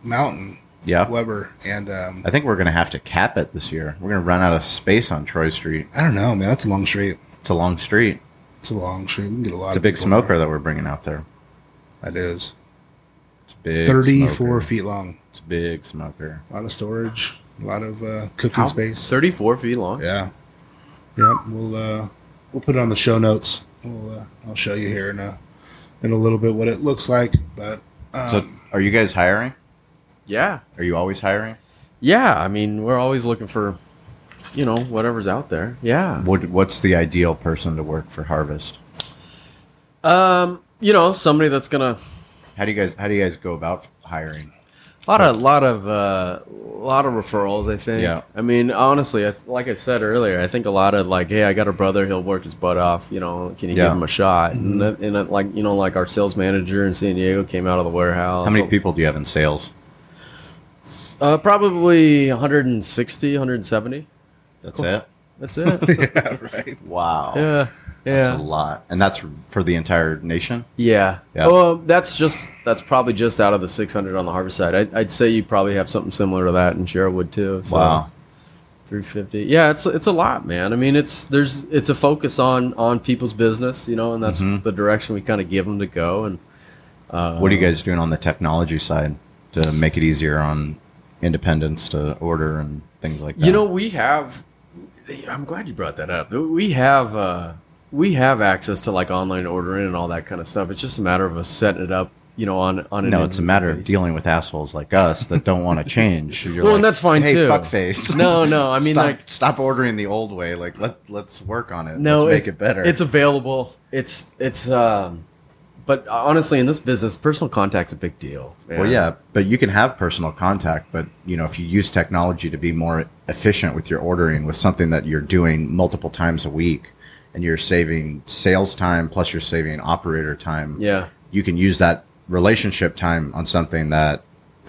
Speaker 2: Mountain
Speaker 3: Yeah.
Speaker 2: Weber and um,
Speaker 3: I think we're going to have to cap it this year. We're going to run out of space on Troy Street.
Speaker 2: I don't know man that's a long street.
Speaker 3: It's a long street.
Speaker 2: It's a long street. We can get a lot.
Speaker 3: It's a
Speaker 2: of
Speaker 3: big
Speaker 2: people
Speaker 3: smoker that we're bringing out there.
Speaker 2: That is
Speaker 3: It's a big
Speaker 2: thirty-four
Speaker 3: smoker.
Speaker 2: feet long.
Speaker 3: It's a big smoker.
Speaker 2: A lot of storage. A lot of uh, cooking
Speaker 4: How-
Speaker 2: space.
Speaker 4: 34 feet long.
Speaker 2: Yeah. Yep. We'll uh, we'll put it on the show notes. We'll uh, I'll show you here in a in a little bit what it looks like. But um,
Speaker 3: So, are you guys hiring?
Speaker 4: Yeah.
Speaker 3: Are you always hiring?
Speaker 4: Yeah. I mean, we're always looking for, you know, whatever's out there. Yeah.
Speaker 3: What What's the ideal person to work for Harvest?
Speaker 4: Um, you know, somebody that's gonna
Speaker 3: How do you guys How do you guys go about hiring?
Speaker 4: a lot of lot of uh, lot of referrals. I think.
Speaker 3: Yeah.
Speaker 4: I mean, honestly, I, like I said earlier, I think a lot of like, hey, I got a brother, he'll work his butt off. You know, can you
Speaker 3: Yeah. Mm-hmm.
Speaker 4: give him a shot? And, that, and that, like, you know, like our sales manager in San Diego came out of the warehouse.
Speaker 3: How many people do you have in sales?
Speaker 4: Uh, probably 160, 170.
Speaker 3: That's it. [laughs]
Speaker 4: That's it.
Speaker 2: yeah, right.
Speaker 3: Wow.
Speaker 4: yeah. Yeah.
Speaker 3: That's a lot, and that's for the entire nation.
Speaker 4: Yeah.
Speaker 3: Yeah.
Speaker 4: Um, that's just that's probably just out of the 600 on the harvest side. I, I'd say you probably have something similar to that in Sherwood too. So
Speaker 3: Wow.
Speaker 4: 350. Yeah, it's it's a lot, man. I mean, it's there's it's a focus on on people's business, you know, and that's
Speaker 3: Mhm.
Speaker 4: the direction we kind of give them to go. And uh,
Speaker 3: What are you guys doing on the technology side to make it easier on independents to order and things like that?
Speaker 4: You know, we have. I'm glad you brought that up. We have uh, we have access to like online ordering and all that kind of stuff. It's just a matter of us setting it up, you know, on on. an
Speaker 3: no, it's a matter of
Speaker 4: individual-
Speaker 3: dealing with assholes like us that don't
Speaker 4: [laughs]
Speaker 3: want to change. You're
Speaker 4: Well,
Speaker 3: like,
Speaker 4: and that's fine,
Speaker 3: hey,
Speaker 4: too."
Speaker 3: fuckface.
Speaker 4: No,
Speaker 3: [laughs]
Speaker 4: no, I mean,
Speaker 3: stop,
Speaker 4: like-
Speaker 3: stop ordering the old way. Like let let's work on it.
Speaker 4: No,
Speaker 3: let's make
Speaker 4: it's-
Speaker 3: it better.
Speaker 4: It's available. It's it's um but honestly in this business personal contact's a big deal. man.
Speaker 3: well, yeah, but you can have personal contact, but you know if you use technology to be more efficient with your ordering with something that you're doing multiple times a week, and you're saving sales time plus you're saving operator time.
Speaker 4: Yeah.
Speaker 3: you can use that relationship time on something that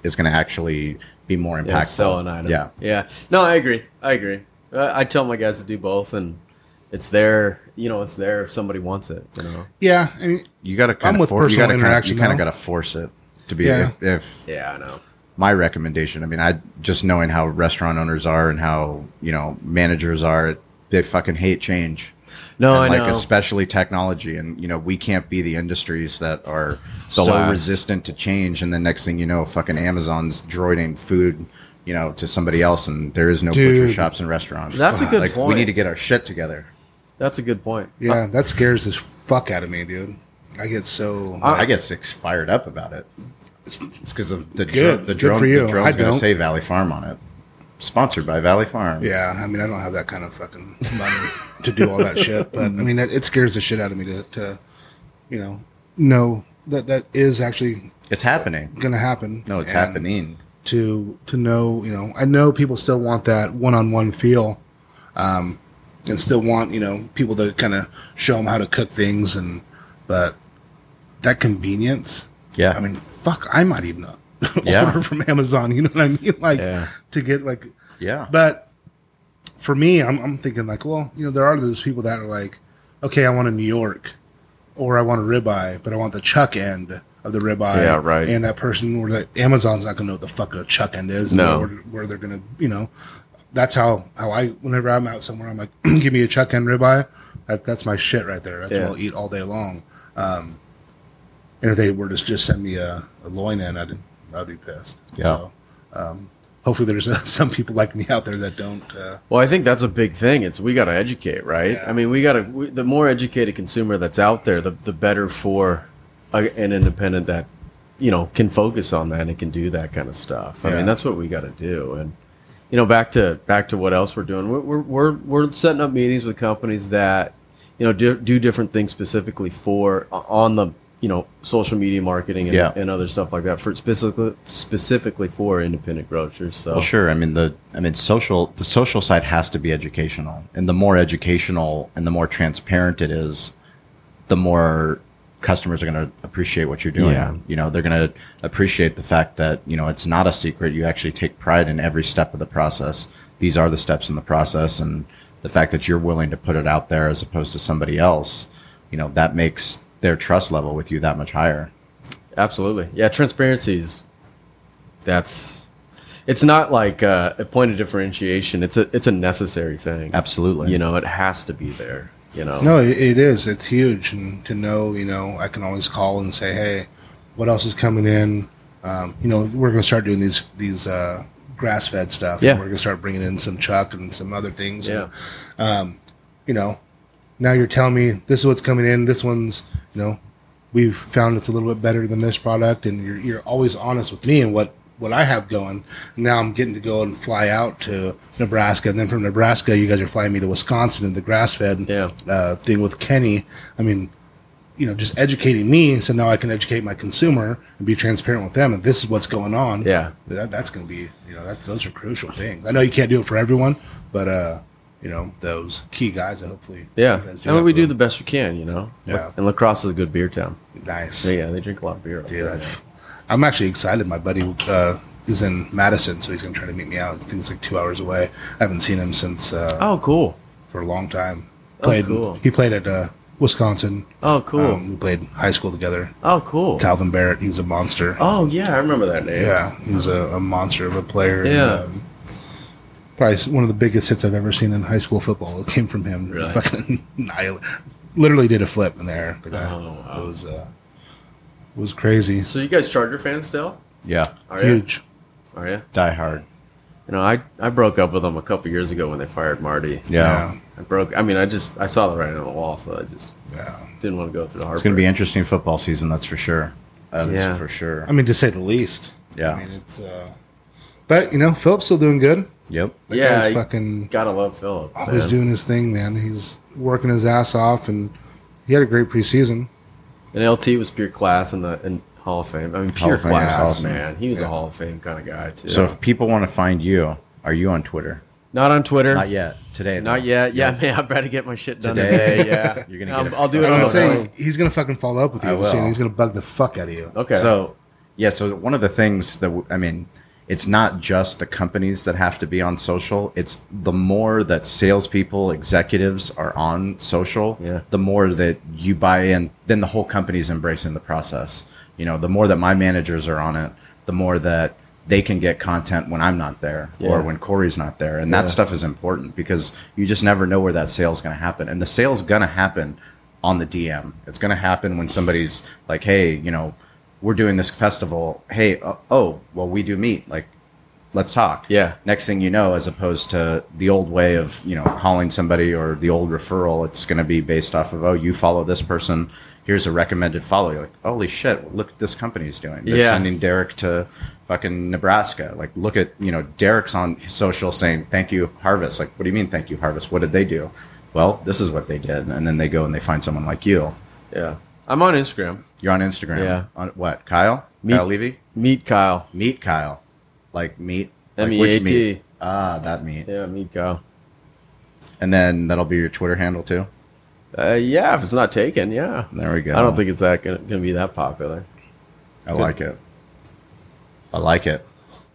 Speaker 3: is going to actually be more impactful.
Speaker 4: Yeah, sell an item.
Speaker 3: Yeah.
Speaker 4: Yeah. No, I agree. I agree. Uh, I tell my guys to do both and it's there, you know, it's there if somebody wants it, you know.
Speaker 2: Yeah, I mean,
Speaker 3: You got to
Speaker 2: I'm
Speaker 3: kind of
Speaker 2: with
Speaker 3: for, you
Speaker 2: personal
Speaker 3: got to
Speaker 2: interaction,
Speaker 3: you kind of
Speaker 2: though.
Speaker 3: got to force it to be
Speaker 2: Yeah.
Speaker 3: if, if
Speaker 4: Yeah, I know.
Speaker 3: my recommendation. I mean, I just knowing how restaurant owners are and how you know managers are, they fucking hate change.
Speaker 4: No,
Speaker 3: and
Speaker 4: I
Speaker 3: like
Speaker 4: know.
Speaker 3: especially technology, and you know we can't be the industries that are so
Speaker 4: Slack.
Speaker 3: resistant to change. And then next thing you know, fucking Amazon's droiding food, you know, to somebody else, and there is no butcher
Speaker 2: Dude.
Speaker 3: shops and restaurants. [laughs]
Speaker 4: That's a good
Speaker 3: like, We
Speaker 4: point.
Speaker 3: need to get our shit together.
Speaker 4: That's a good point.
Speaker 3: Uh,
Speaker 2: yeah, that scares the fuck out of me, dude. I get so
Speaker 3: I get six fired up about it. It's because of the
Speaker 2: Good.
Speaker 3: drone. The
Speaker 2: Good
Speaker 3: drone.
Speaker 2: for you.
Speaker 3: The
Speaker 2: I
Speaker 3: drone's going to
Speaker 2: don't.
Speaker 3: say Valley Farm on it. Sponsored by Valley Farm.
Speaker 2: yeah. I mean, I don't have that kind of fucking money to do all that shit, but I mean, it, it scares the shit out of me to, to you know, know that that is actually
Speaker 3: It's happening.
Speaker 2: going to happen.
Speaker 3: No, it's
Speaker 2: And
Speaker 3: happening.
Speaker 2: To to know, you know, I know people still want that one-on-one feel, um, and still want you know people to kind of show them how to cook things, and but that convenience.
Speaker 3: Yeah.
Speaker 2: I mean, fuck, I might even uh, [laughs]
Speaker 3: Yeah.
Speaker 2: order from Amazon. You know what I mean? [laughs] Like
Speaker 4: Yeah.
Speaker 2: to get like,
Speaker 3: yeah.
Speaker 2: but for me, I'm, I'm thinking like, well, you know, there are those people that are like, okay, I want a New York, or I want a ribeye, but I want the chuck end of the ribeye.
Speaker 4: Yeah, right.
Speaker 2: And that person or that Amazon's not gonna know what the fuck a chuck end is. and
Speaker 4: No.
Speaker 2: Where, where they're gonna, you know, that's how how I whenever I'm out somewhere, I'm like, [clears throat] give me a chuck end ribeye. That that's my shit right there. That's
Speaker 4: Yeah.
Speaker 2: what I'll eat all day long. Um, and if they were to just send me a, a loin end, I'd I'd be pissed.
Speaker 3: Yeah.
Speaker 2: So, um, hopefully there's uh, [laughs] some people like me out there that don't. Uh,
Speaker 4: Well, I think that's a big thing. It's we got to educate, right?
Speaker 2: Yeah.
Speaker 4: I mean, we got to we, the more educated consumer that's out there, the the better for a, an independent that you know can focus on that and can do that kind of stuff. I
Speaker 2: Yeah.
Speaker 4: mean, that's what we got to do. And you know, back to back to what else we're doing. We're we're we're, we're setting up meetings with companies that you know do, do different things specifically for on the you know social media marketing and,
Speaker 3: Yeah.
Speaker 4: and other stuff like that for specifically specifically for independent grocers. So
Speaker 3: Well, sure. I mean the I mean social the social side has to be educational, and the more educational and the more transparent it is, the more customers are going to appreciate what you're doing.
Speaker 4: Yeah.
Speaker 3: You know, they're going to appreciate the fact that you know it's not a secret. You actually take pride in every step of the process. These are the steps in the process, and the fact that you're willing to put it out there as opposed to somebody else, you know, that makes their trust level with you that much higher.
Speaker 4: Absolutely. Yeah, transparencies. That's it's not like uh, a point of differentiation. It's a it's a necessary thing.
Speaker 3: Absolutely.
Speaker 4: You know, it has to be there. You know.
Speaker 2: No, it, it is. It's huge, and to know, you know, I can always call and say, "Hey, what else is coming in?" Um, you know, we're going to start doing these these uh, grass fed stuff.
Speaker 4: Yeah.
Speaker 2: we're going to start bringing in some chuck and some other things.
Speaker 4: Yeah.
Speaker 2: um, you know, now you're telling me this is what's coming in. This one's, you know, we've found it's a little bit better than this product, and you're you're always honest with me and what what I have going. Now I'm getting to go and fly out to Nebraska, and then from Nebraska, you guys are flying me to Wisconsin and the grass fed
Speaker 4: Yeah.
Speaker 2: uh, thing with Kenny. I mean, you know, just educating me, so now I can educate my consumer and be transparent with them, and this is what's going on.
Speaker 4: Yeah.
Speaker 2: That, that's going to be, you know, that, those are crucial things. I know you can't do it for everyone, but, uh, you know, those key guys, hopefully.
Speaker 4: Yeah.
Speaker 2: you guys
Speaker 4: I mean,
Speaker 2: that
Speaker 4: we
Speaker 2: for
Speaker 4: do the
Speaker 2: them.
Speaker 4: best we can. You know.
Speaker 2: Yeah.
Speaker 4: And Lacrosse is a good beer town.
Speaker 2: Nice.
Speaker 4: Yeah, yeah, they drink a lot of beer. up
Speaker 2: Dude,
Speaker 4: there.
Speaker 2: I've, I'm actually excited. My buddy uh, is in Madison, so he's going to try to meet me out. I think it's like two hours away. I haven't seen him since uh,
Speaker 4: Oh, cool.
Speaker 2: for a long time.
Speaker 4: Oh,
Speaker 2: Played,
Speaker 4: cool.
Speaker 2: He played at uh, Wisconsin.
Speaker 4: Oh, cool.
Speaker 2: Um, we played high school together.
Speaker 4: oh, cool.
Speaker 2: Calvin Barrett, he was a monster.
Speaker 4: Oh, yeah, I remember that name.
Speaker 2: Yeah, he was a, a monster of a player.
Speaker 4: Yeah.
Speaker 2: um, probably one of the biggest hits I've ever seen in high school football. [laughs] It came from him.
Speaker 4: Really?
Speaker 2: Fucking annihilate. Literally did a flip in the air. The guy.
Speaker 4: Oh, wow.
Speaker 2: It was, uh, it was crazy.
Speaker 4: So you guys Charger fans still?
Speaker 3: Yeah.
Speaker 4: Are you?
Speaker 2: Huge.
Speaker 4: Are you?
Speaker 3: Die hard.
Speaker 4: You know, I, I broke up with them a couple years ago when they fired Marty.
Speaker 3: Yeah.
Speaker 4: I broke. I mean, I just I saw the writing on the wall, so I just
Speaker 2: Yeah, yeah.
Speaker 4: didn't want to go through the hard.
Speaker 3: It's going to be interesting football season, that's for sure. That is
Speaker 4: Yeah.
Speaker 3: for sure.
Speaker 2: I mean, to say the least.
Speaker 3: Yeah.
Speaker 2: I mean, it's. Uh, but you know, Philip's still doing good.
Speaker 3: Yep.
Speaker 2: That
Speaker 4: Yeah,
Speaker 2: guy's
Speaker 4: he-
Speaker 2: fucking
Speaker 4: Gotta love Philip.
Speaker 2: always
Speaker 4: man.
Speaker 2: Oh, doing his thing, man. He's working his ass off, and he had a great preseason.
Speaker 4: And LT was pure class in the in Hall of Fame. I mean,
Speaker 3: Hall
Speaker 4: pure
Speaker 3: of Fame is
Speaker 4: class,
Speaker 3: awesome.
Speaker 4: man. He was
Speaker 2: Yeah.
Speaker 4: a Hall of Fame kind of guy too.
Speaker 3: So if people want to find you, are you on Twitter?
Speaker 4: not on Twitter,
Speaker 3: Not yet. Today. though.
Speaker 4: Not yet. Yeah, man. I better get my shit done
Speaker 3: Today.
Speaker 4: today. yeah,
Speaker 3: [laughs] You're gonna
Speaker 4: I'll,
Speaker 3: get it.
Speaker 4: I'll do
Speaker 2: But
Speaker 4: it
Speaker 2: I'm
Speaker 4: on
Speaker 2: gonna
Speaker 4: the
Speaker 2: say
Speaker 4: phone.
Speaker 2: he's gonna fucking follow up with
Speaker 3: I
Speaker 2: you soon.
Speaker 3: will.
Speaker 2: He's gonna bug the fuck out of you.
Speaker 4: Okay.
Speaker 3: So, yeah. So one of the things that w- I mean, it's not just the companies that have to be on social. It's the more that salespeople, executives are on social,
Speaker 4: Yeah.
Speaker 3: the more that you buy in. Then the whole company's embracing the process. You know, the more that my managers are on it, the more that they can get content when I'm not there or
Speaker 4: Yeah.
Speaker 3: when Corey's not there, and
Speaker 4: Yeah.
Speaker 3: that stuff is important because you just never know where that sale's going to happen, and the sale's going to happen on the DM. It's going to happen when somebody's like, "Hey, you know." we're doing this festival. Hey, uh, oh, well, we do meet. Like, let's talk.
Speaker 4: Yeah.
Speaker 3: Next thing you know, as opposed to the old way of, you know, calling somebody or the old referral, it's going to be based off of, oh, you follow this person. Here's a recommended follow. You're like, holy shit, look what this company's doing. They're
Speaker 4: Yeah.
Speaker 3: sending Derek to fucking Nebraska. Like, look at, you know, Derek's on social saying, thank you, Harvest. Like, what do you mean, thank you, Harvest? What did they do? Well, this is what they did. And then they go and they find someone like you.
Speaker 4: yeah, I'm on Instagram.
Speaker 3: You're on Instagram.
Speaker 4: Yeah.
Speaker 3: On what? Kyle?
Speaker 4: Me-
Speaker 3: Kyle Levy?
Speaker 4: Meet Kyle.
Speaker 3: Meat Kyle. Like meat. Like
Speaker 4: M
Speaker 3: which
Speaker 4: E A
Speaker 3: meat?
Speaker 4: T.
Speaker 3: Ah, that meat.
Speaker 4: Yeah, meet Kyle.
Speaker 3: And then that'll be your Twitter handle too.
Speaker 4: Uh, yeah, if it's not taken, yeah.
Speaker 3: There we go.
Speaker 4: I don't think it's that gonna, gonna be that popular.
Speaker 3: I like it. I like it.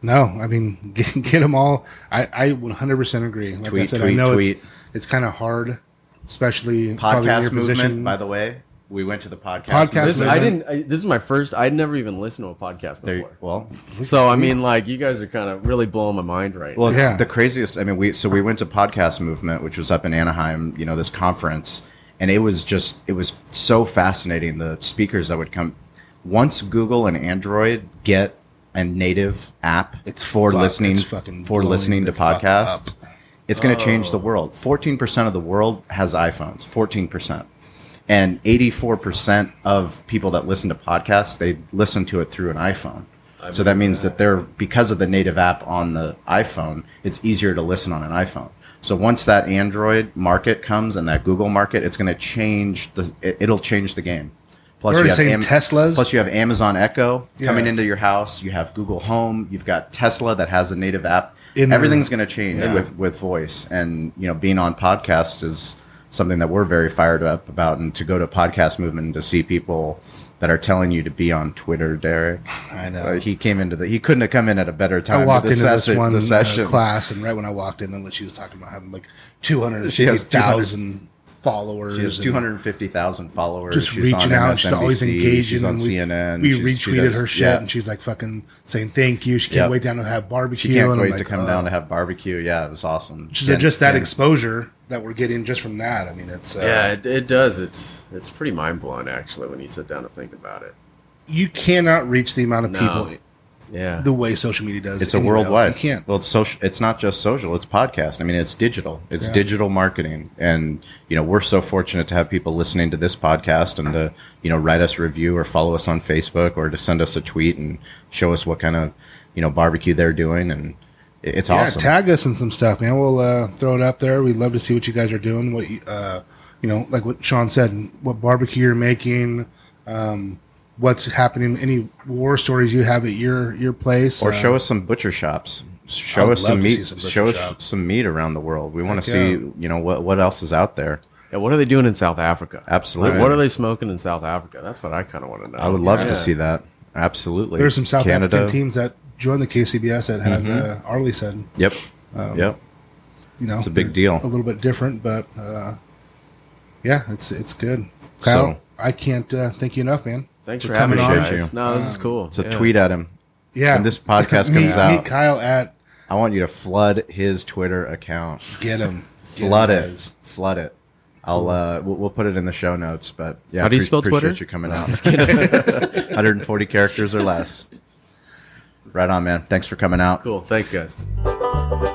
Speaker 2: No, I mean [laughs] get, get them all. I, I 100% agree. Like I
Speaker 3: Tweet,
Speaker 2: said, I
Speaker 3: tweet,
Speaker 2: know
Speaker 3: tweet.
Speaker 2: it's it's kind of hard, especially probably in
Speaker 3: Podcast
Speaker 2: your
Speaker 3: movement,
Speaker 2: position.
Speaker 3: by the way. We went to the podcast.
Speaker 2: Podcast
Speaker 4: This,
Speaker 3: movement.
Speaker 4: I
Speaker 2: movement.
Speaker 4: didn't. I, this is my first. I'd never even listened to a podcast before.
Speaker 3: There- well,
Speaker 4: So I mean, like you guys are kind of really blowing my mind right
Speaker 3: well, it's
Speaker 2: Yeah.
Speaker 3: the craziest. I mean, we so we went to podcast movement, which was up in Anaheim. You know, this conference, and it was just it was so fascinating. The speakers that would come. Once Google and Android get and native app
Speaker 2: It's
Speaker 3: for
Speaker 2: fuck-
Speaker 3: listening
Speaker 2: it's fucking
Speaker 3: for
Speaker 2: blowing
Speaker 3: listening
Speaker 2: the
Speaker 3: to
Speaker 2: fuck
Speaker 3: podcasts.
Speaker 2: up.
Speaker 3: It's going to change the world. 14% of the world has iPhones. 14%. And 84% of people that listen to podcasts, they listen to it through an iPhone. so that means that they're because of the native app on the iPhone, it's easier to listen on an iPhone. So once that Android market comes and that Google market, it's going to change the it- it'll change the game. Plus
Speaker 2: They're already saying Teslas.
Speaker 3: Plus you have Amazon Echo
Speaker 2: Yeah.
Speaker 3: coming into your house, you have Google Home, you've got Tesla that has a native app.
Speaker 2: In their-
Speaker 3: Everything's going to change
Speaker 2: Yeah.
Speaker 3: with with voice and you know being on podcast is something that we're very fired up about and to go to podcast movement and to see people that are telling you to be on Twitter, Derek.
Speaker 2: I know.
Speaker 3: Uh, he came into the he couldn't have come in at a better time.
Speaker 2: I
Speaker 3: to
Speaker 2: walked into
Speaker 3: session-
Speaker 2: this one
Speaker 3: the session.
Speaker 2: Uh, class, and right when I walked in, then she was talking about having like two hundred
Speaker 3: She has
Speaker 2: 250,000 followers.
Speaker 3: She has
Speaker 2: and
Speaker 3: 250,000 followers.
Speaker 2: Just
Speaker 3: she's
Speaker 2: reaching
Speaker 3: on
Speaker 2: out. She's always
Speaker 3: MSNBC,
Speaker 2: engaging.
Speaker 3: She's on
Speaker 2: and we,
Speaker 3: CNN.
Speaker 2: We
Speaker 3: she's- she
Speaker 2: retweeted
Speaker 3: does-
Speaker 2: her shit,
Speaker 3: yeah.
Speaker 2: and she's like fucking saying thank you. She can't
Speaker 3: Yep.
Speaker 2: wait down to have barbecue.
Speaker 3: She can't
Speaker 2: and I'm
Speaker 3: wait to
Speaker 2: like,
Speaker 3: come
Speaker 2: oh.
Speaker 3: down to have barbecue. Yeah, it was awesome.
Speaker 2: So
Speaker 3: Jen-
Speaker 2: just that
Speaker 3: Jen-
Speaker 2: exposure that we're getting just from that. I mean, it's uh,
Speaker 4: yeah, it, it does. It's it's pretty mind blowing actually when you sit down and think about it.
Speaker 2: you cannot reach the amount of
Speaker 4: No.
Speaker 2: people
Speaker 4: Yeah.
Speaker 2: the way social media does.
Speaker 3: it's a
Speaker 2: anywhere else.
Speaker 3: worldwide.
Speaker 2: You can't.
Speaker 3: Well, it's social. It's not just social. It's podcast. I mean, it's digital. It's
Speaker 2: Yeah.
Speaker 3: digital marketing, and you know we're so fortunate to have people listening to this podcast and to you know write us a review or follow us on Facebook or to send us a tweet and show us what kind of you know barbecue they're doing, and it- it's
Speaker 2: yeah,
Speaker 3: awesome.
Speaker 2: tag us in some stuff, man. We'll uh, throw it up there. We'd love to see what you guys are doing. What you, uh, you know, like what Sean said, what barbecue you're making, um, what's happening, any war stories you have at your your place,
Speaker 3: or
Speaker 2: uh,
Speaker 3: show us some butcher shops. Show
Speaker 2: would
Speaker 3: us some
Speaker 2: love to see
Speaker 3: meat.
Speaker 2: some butcher
Speaker 3: show us
Speaker 2: shops.
Speaker 3: some meat around the world. We want
Speaker 2: Heck
Speaker 3: to see
Speaker 2: yeah.
Speaker 3: you know what what else is out there.
Speaker 4: Yeah, what are they doing in South Africa?
Speaker 3: Absolutely.
Speaker 4: Like, what are they smoking in South Africa? That's what I kind of want to know.
Speaker 3: I would love
Speaker 4: Yeah.
Speaker 3: to see that. Absolutely.
Speaker 2: There's some South
Speaker 3: Canada.
Speaker 2: African teams that joined the KCBS that had
Speaker 3: Mhm.
Speaker 2: uh, Arlie said,
Speaker 3: Yep.
Speaker 2: um,
Speaker 3: yep.
Speaker 2: you know,
Speaker 3: It's a big deal.
Speaker 2: a little bit different, but uh, yeah, it's it's good.
Speaker 3: So-
Speaker 2: Kyle, I can't uh, thank you enough, man.
Speaker 4: Thanks
Speaker 2: for
Speaker 4: for, having
Speaker 2: coming
Speaker 4: us.
Speaker 3: on.
Speaker 4: guys. No, this is
Speaker 2: Um,
Speaker 4: cool.
Speaker 3: So
Speaker 4: Yeah.
Speaker 3: tweet at him.
Speaker 2: Yeah,
Speaker 3: When
Speaker 2: [laughs]
Speaker 3: this podcast
Speaker 2: meet,
Speaker 3: comes out,
Speaker 2: meet Kyle at
Speaker 3: I want you to flood his Twitter account.
Speaker 2: get him, Get
Speaker 3: Flood
Speaker 2: him,
Speaker 3: it.
Speaker 2: guys.
Speaker 3: Flood it. I'll uh, we'll, we'll put it in the show notes. But yeah,
Speaker 4: How do you
Speaker 3: appre-
Speaker 4: spell
Speaker 3: appreciate
Speaker 4: Twitter?
Speaker 3: You coming
Speaker 4: [laughs]
Speaker 3: out. [laughs] 140 characters or less. Right on, man. Thanks for coming out.
Speaker 4: Cool. Thanks, guys.